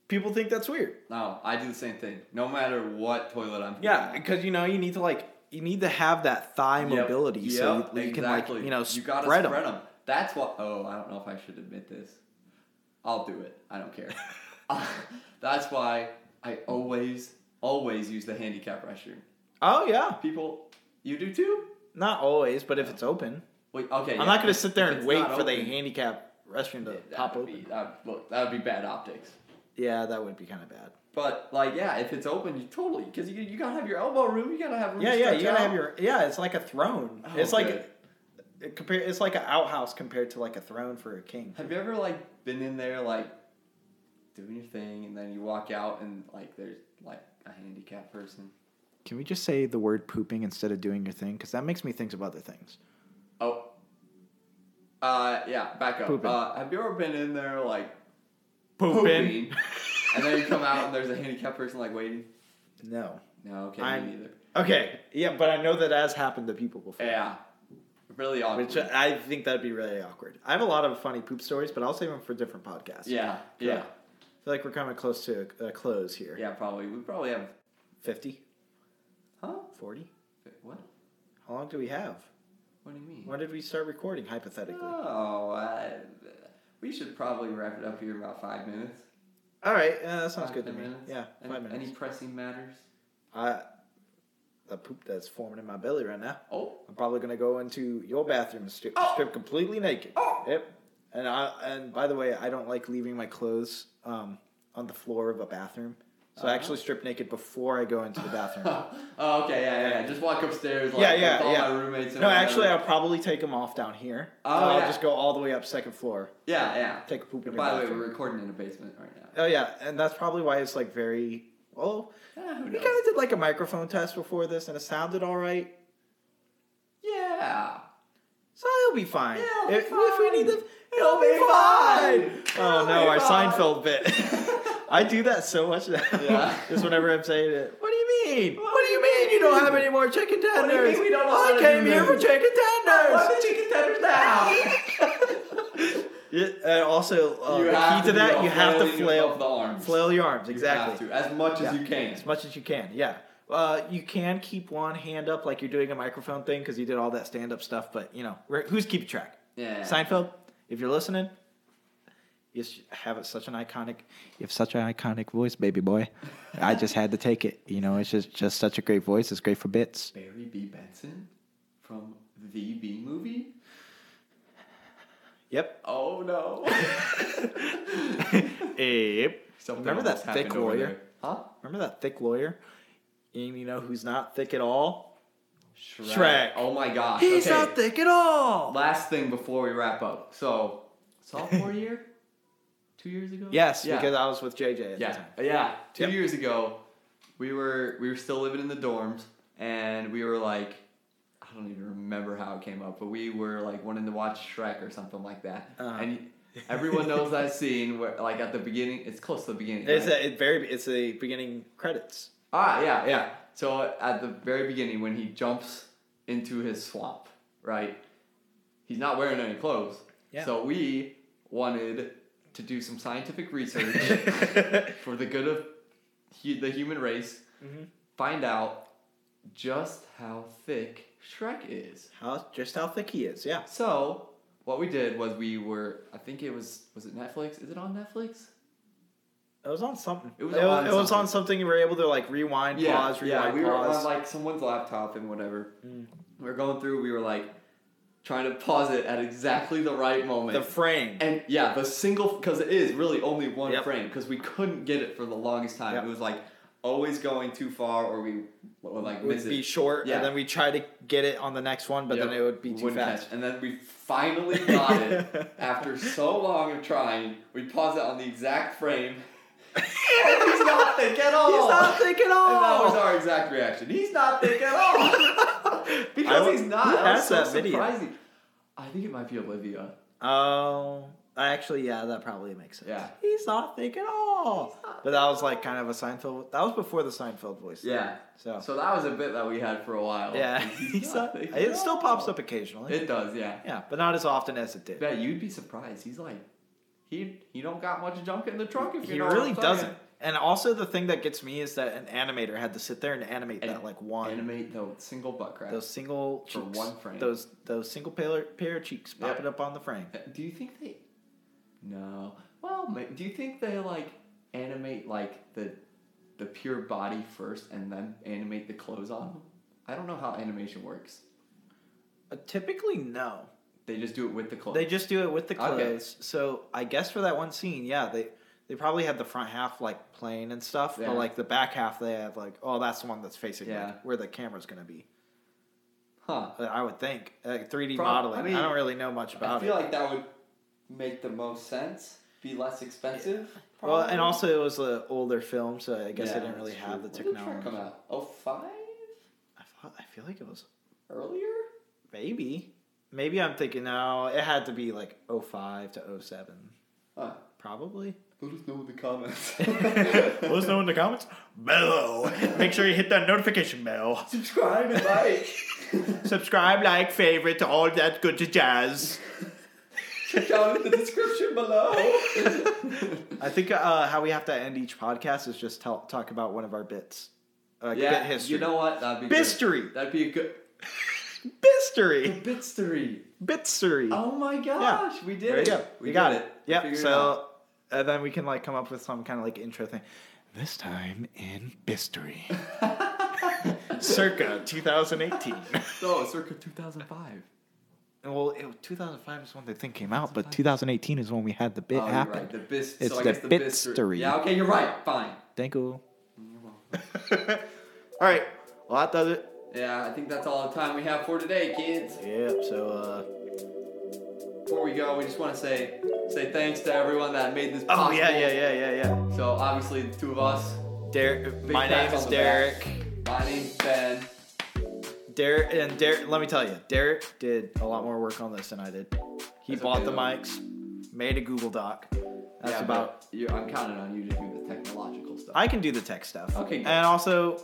S1: People think that's weird.
S2: No, I do the same thing. No matter what toilet I'm.
S1: Yeah,
S2: pooping on.
S1: because you know you need to like you need to have that thigh
S2: Yep,
S1: mobility so you,
S2: yep,
S1: you can like
S2: exactly.
S1: you know
S2: you
S1: spread,
S2: gotta spread
S1: 'em.
S2: them. That's what. Oh, I don't know if I should admit this. I'll do it. I don't care. Uh, That's why I always, always use the handicap restroom.
S1: Oh yeah,
S2: People, you do too.
S1: Not always, but if it's open,
S2: Wait, okay.
S1: I'm not going to sit there and wait for the handicap restroom to pop
S2: would
S1: open.
S2: Be, that, look, that would be bad optics.
S1: Yeah, that would be kind of bad.
S2: But like, yeah, if it's open, you totally because you, you gotta have your elbow room. You gotta have room
S1: Yeah,
S2: to
S1: yeah,
S2: stretch
S1: you gotta
S2: out.
S1: have your yeah. It's like a throne.
S2: Oh,
S1: it's like
S2: good.
S1: it compare. It's like an outhouse compared to like a throne for a king.
S2: Have you ever like been in there like doing your thing and then you walk out and like there's like a handicapped person?
S1: Can we just say the word pooping instead of doing your thing? Because that makes me think of other things.
S2: Oh. Uh yeah, back up.
S1: Pooping.
S2: Uh, have you ever been in there like
S3: Pooping.
S2: pooping, and then you come out and there's a handicapped person like waiting?
S1: No.
S2: No, okay,
S1: I'm-
S2: me neither.
S1: Okay. Yeah, but I know that has happened to people before.
S2: Yeah, really awkward.
S1: Which uh, I think that'd be really awkward. I have a lot of funny poop stories, but I'll save them for different podcasts.
S2: yeah, yeah,
S1: I feel like we're coming close to a, a close here.
S2: yeah. Probably we probably have
S1: 50?
S2: huh?
S1: 40?
S2: What?
S1: How long do we have?
S2: What do you mean?
S1: When did we start recording, hypothetically?
S2: Oh, I, we should probably wrap it up here in about five minutes.
S1: All right, uh, that sounds
S2: Five,
S1: good to
S2: ten
S1: me.
S2: minutes?
S1: Yeah,
S2: Any,
S1: five minutes.
S2: Any pressing matters?
S1: I, the poop that's forming in my belly right now.
S2: Oh,
S1: I'm probably gonna go into your bathroom and strip,
S2: Oh.
S1: strip completely naked.
S2: Oh.
S1: Yep. And I and by the way, I don't like leaving my clothes um, on the floor of a bathroom, so
S2: Uh-huh.
S1: I actually strip naked before I go into the bathroom.
S2: oh okay, yeah, yeah, yeah. Just walk upstairs. Like,
S1: yeah, yeah,
S2: with all
S1: yeah.
S2: My roommates. and
S1: no,
S2: whatever.
S1: actually, I'll probably take them off down here.
S2: Oh,
S1: and I'll
S2: yeah.
S1: just go all the way up second floor.
S2: yeah, yeah.
S1: Take a poop in your
S2: By the way,
S1: bathroom.
S2: we're recording in a basement right now.
S1: Oh yeah, and that's probably why it's like very. Well,
S2: Ah, who
S1: we
S2: knows?
S1: kind of did like a microphone test before this, and it sounded all right.
S2: yeah.
S1: So it'll be fine.
S2: Yeah, it'll be
S1: if, if we need
S2: fine.
S1: to, it'll, be fine. Oh
S2: It'll
S1: no,
S2: be
S1: our
S2: fine.
S1: Seinfeld bit. I do that so much now.
S2: Yeah.
S1: Just whenever I'm saying it. What do you mean? What, do you mean you don't have any more chicken tenders?
S2: do you mean we don't know how
S1: I
S2: to
S1: came
S2: do
S1: here for
S2: this?
S1: chicken
S2: Why
S1: tenders.
S2: the chicken tenders now?
S1: Yeah, and also, uh,
S2: You
S1: the
S2: have
S1: key to
S2: be
S1: that,
S2: all
S1: you have to
S2: flailing
S1: flail,
S2: above the arms.
S1: flail your arms.
S2: You have
S1: Exactly.
S2: to, as much
S1: Yeah.
S2: as you can.
S1: As much as you can. Yeah. Uh, you can keep one hand up like you're doing a microphone thing because you did all that stand up stuff, but you know, we're- who's keeping track?
S2: Yeah.
S1: Seinfeld, if you're listening, you s- have such an iconic, you have such an iconic voice, baby boy. I just had to take it. You know, it's just just such a great voice. It's great for bits.
S2: Barry B. Benson from the B movie.
S1: Yep.
S2: Oh no.
S1: Yep.
S2: Something
S1: Remember that
S2: almost happened
S1: thick
S2: over
S1: lawyer?
S2: there. Huh?
S1: Remember that thick lawyer? And you know who's not thick at all?
S2: Shrek.
S1: Shrek.
S2: Oh my gosh.
S1: He's
S2: okay.
S1: not thick at all.
S2: Last thing before we wrap up. So, sophomore year? Two years ago?
S1: Yes,
S2: yeah.
S1: because I was with JJ at the
S2: yeah.
S1: time.
S2: yeah. Two
S1: Yep.
S2: years ago, we were we were still living in the dorms and we were like I don't even remember how it came up, but we were like wanting to watch Shrek or something like that.
S1: Uh-huh.
S2: And everyone knows that scene where like at the beginning it's close to the beginning.
S1: It's
S2: right?
S1: a it very it's a beginning credits.
S2: Ah, yeah, yeah. So at the very beginning, when he jumps into his swamp, right? He's not wearing any clothes.
S1: Yeah.
S2: So we wanted to do some scientific research for the good of hu- the human race. Find out just how thick Shrek is.
S1: How just how thick he is, yeah.
S2: So what we did was we were, I think it was, was it Netflix? Is it on Netflix?
S1: It was on something.
S2: It was
S1: it,
S2: on
S1: it was
S2: something.
S1: on something you were able to like rewind, pause, rewind,
S2: we were
S1: pause.
S2: on like someone's laptop and whatever. We were going through. We were like trying to pause it at exactly the right moment.
S1: the frame.
S2: and yeah, the single because it is really only one
S1: Yep.
S2: frame because we couldn't get it for the longest time.
S1: Yep.
S2: It was like always going too far, or we would like
S1: It would
S2: miss
S1: be
S2: it.
S1: short,
S2: Yeah.
S1: and then we try to get it on the next one, but
S2: Yep.
S1: then it would be
S2: We
S1: too
S2: wouldn't
S1: fast.
S2: catch. And then we finally got it after so long of trying. We paused it on the exact frame. and he's not thick at all.
S1: thick at
S2: Oh! And that was our exact reaction. He's not thick at all. because
S1: I-
S2: he's not.
S1: who
S2: That
S1: has
S2: was so
S1: that video?
S2: surprising. I think it might be Olivia.
S1: Oh, actually, yeah, that probably makes sense.
S2: Yeah.
S1: he's not thick at all. But that was like kind of a Seinfeld. That was before the Seinfeld voice.
S2: Yeah.
S1: So,
S2: So that was a bit that we had for a while.
S1: Oh. yeah,
S2: He's not thick at
S1: it still
S2: all.
S1: pops up occasionally.
S2: It does, yeah.
S1: yeah, but not as often as it did.
S2: Yeah, you'd be surprised. He's like, he he don't got much junk in the trunk if you
S1: He
S2: know what
S1: really
S2: I'm saying.
S1: doesn't. And also, the thing that gets me is that an animator had to sit there and animate
S2: And
S1: that like one
S2: Animate the single butt crack.
S1: those single
S2: For
S1: cheeks,
S2: one frame.
S1: those those single pair, pair of cheeks
S2: Yep.
S1: popping up on the frame.
S2: Uh, Do you think they? No. Well, ma- do you think they like animate like the the pure body first and then animate the clothes on them? I don't know how animation works.
S1: Uh, typically, no.
S2: They just do it with the clothes.
S1: They just do it with the
S2: Okay.
S1: clothes. So I guess for that one scene, yeah, they they probably had the front half like plain and stuff,
S2: Yeah.
S1: but like the back half they had like, oh, that's the one that's facing
S2: Yeah.
S1: like, where the camera's gonna be.
S2: huh.
S1: Uh, I would think like 3D
S2: Prob-
S1: modeling.
S2: I
S1: I,
S2: mean,
S1: don't really know much
S2: I
S1: about
S2: feel
S1: it.
S2: like that would make the most sense. Be less expensive.
S1: well, and
S2: probably.
S1: also it was an older film, so I guess
S2: Yeah,
S1: I didn't really
S2: that's
S1: have
S2: true.
S1: the
S2: When did Shrek
S1: technology.
S2: Come out oh five
S1: I, thought, I feel like it was
S2: earlier.
S1: maybe. Maybe I'm thinking, no, it had to be like 05 to 07.
S2: Huh.
S1: Probably.
S2: Let us know in the comments.
S3: Let us know in the comments below. Make sure you hit that notification bell.
S2: Subscribe and like.
S3: Subscribe, like, favorite, all that good jazz.
S2: Check out the description below.
S1: I think uh, how we have to end each podcast is just tell, talk about one of our bits. Like bit history.
S2: You know what? That'd be
S1: Bistery.
S2: Good. That'd be a good
S1: Bitstery.
S2: bitstery.
S1: Bitstery.
S2: Oh my gosh, we did
S1: there you
S2: it.
S1: go.
S2: We
S1: We, got
S2: did
S1: it.
S2: We
S1: Yeah.
S2: figured it
S1: So
S2: out.
S1: and then we can like come up with some kind of like intro thing. This time in history. Circa 2018.
S2: So circa 2005.
S1: well, it, 2005 is when the thing came out, but 2018 is when we had the bit
S2: oh,
S1: happen.
S2: You're right. The bis-
S1: It's
S2: so I
S1: the
S2: guess the
S1: bitstery.
S2: bitstery. Yeah, okay, you're right. Fine.
S1: Thank you.
S3: All right. Well, that does it.
S2: Yeah, I think that's all the time we have for today, kids.
S1: Yeah. So. uh...
S2: Before we go, we just want to say say thanks to everyone that made this
S1: Oh
S2: possible.
S1: yeah, yeah, yeah, yeah, yeah.
S2: So obviously the two of us.
S1: Derek,
S2: Big
S1: my
S2: pats
S1: name is
S2: on the back.
S1: Derek.
S2: My name's Ben.
S1: Derek and Derek. Let me tell you, Derek did a lot more work on this than I did. He
S2: That's
S1: bought
S2: okay,
S1: the
S2: though.
S1: mics, made a Google Doc. That's
S2: Yeah,
S1: about.
S2: but You, I'm counting on you to do the technological stuff.
S1: I can do the tech stuff.
S2: Okay, good.
S1: And also,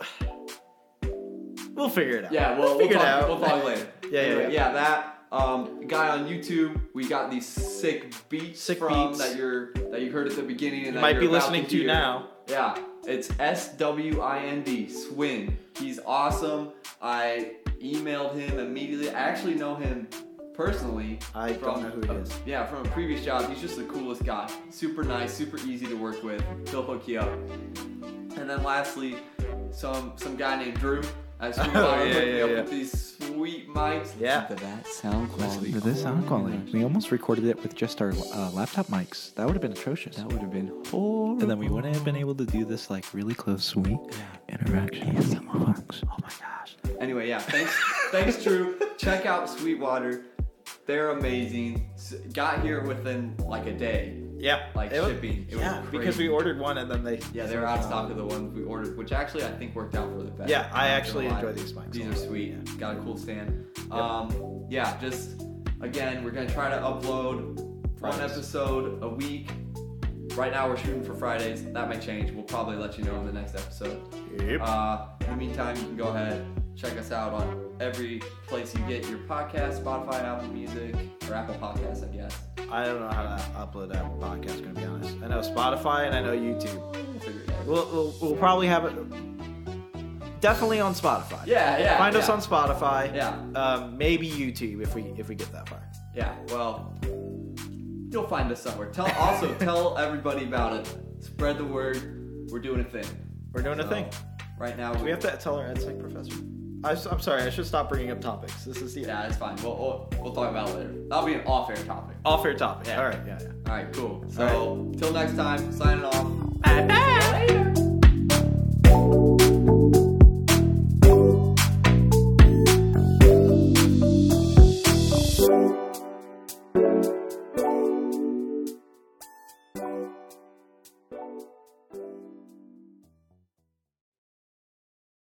S1: we'll figure it out.
S2: yeah, well, we'll
S1: figure
S2: talk,
S1: it out.
S2: we'll talk later.
S1: Yeah, yeah,
S2: Anyway, yeah. That um, guy on YouTube, we got these sick beats
S1: Sick
S2: from
S1: beats.
S2: that you're that you heard at the beginning and
S1: You
S2: that
S1: might
S2: you're
S1: be
S2: about
S1: listening to
S2: hear.
S1: now.
S2: Yeah, it's S W I N D, Swin. He's awesome. I emailed him immediately. I actually know him personally.
S1: I don't know who he is.
S2: Yeah, from a previous job. He's just the coolest guy. Super nice, super easy to work with. He'll hook you up. And then lastly, some some guy named Drew. At Swing
S1: Oh,
S2: Bottom
S1: yeah,
S2: hooked me
S1: yeah,
S2: up
S1: yeah.
S2: with these sweet mics.
S1: Yeah.
S2: Listen to that sound quality.
S1: We almost recorded it with just our uh, laptop mics. That would have been atrocious.
S2: That would have been horrible.
S1: And then we wouldn't have been able to do this like really close, sweet interaction. Oh my gosh.
S2: Anyway, yeah, thanks, thanks, Drew. Check out Sweetwater. They're amazing. S- Got here within like a day.
S1: Yeah,
S2: Like
S1: it was-
S2: shipping, it was
S1: yeah, because
S2: crazy.
S1: we ordered one and then they.
S2: Yeah, they were out of stock of the ones we ordered, which actually I think worked out for the best.
S1: Yeah,
S2: I'm
S1: I
S2: not
S1: actually
S2: gonna lie.
S1: enjoy these mics a
S2: These are
S1: lot.
S2: sweet.
S1: Yeah.
S2: Got a cool stand. Um, yeah, just again, we're gonna try to upload one
S1: Fridays.
S2: episode a week. Right now, we're shooting for Fridays. That may change. We'll probably let you know in the next episode.
S3: Yep.
S2: Uh, in the meantime, you can go ahead check us out on every place you get your podcast, Spotify, Apple Music, or Apple Podcasts, I guess.
S1: I don't know how to upload that podcast. Gonna be honest, I know Spotify and I know YouTube.
S2: We'll figure it out.
S1: We'll we'll, we'll probably have it. Definitely on Spotify.
S2: Yeah, yeah.
S1: Find
S2: yeah.
S1: us on Spotify.
S2: Yeah,
S1: Um, maybe YouTube if we if we get that far.
S2: yeah. Well, you'll find us somewhere. Tell also tell everybody about it. Spread the word. We're doing a thing.
S1: We're doing a
S2: So,
S1: thing.
S2: Right now,
S1: Do we have to tell our ed tech professor? I, am sorry. I should stop bringing up topics. This is the
S2: Yeah, it's fine. We'll, we'll we'll talk about it later. That'll be an off-air topic.
S1: off air topic. All right. Yeah. yeah.
S2: All right, cool. So till next time, signing off.
S1: Bye bye.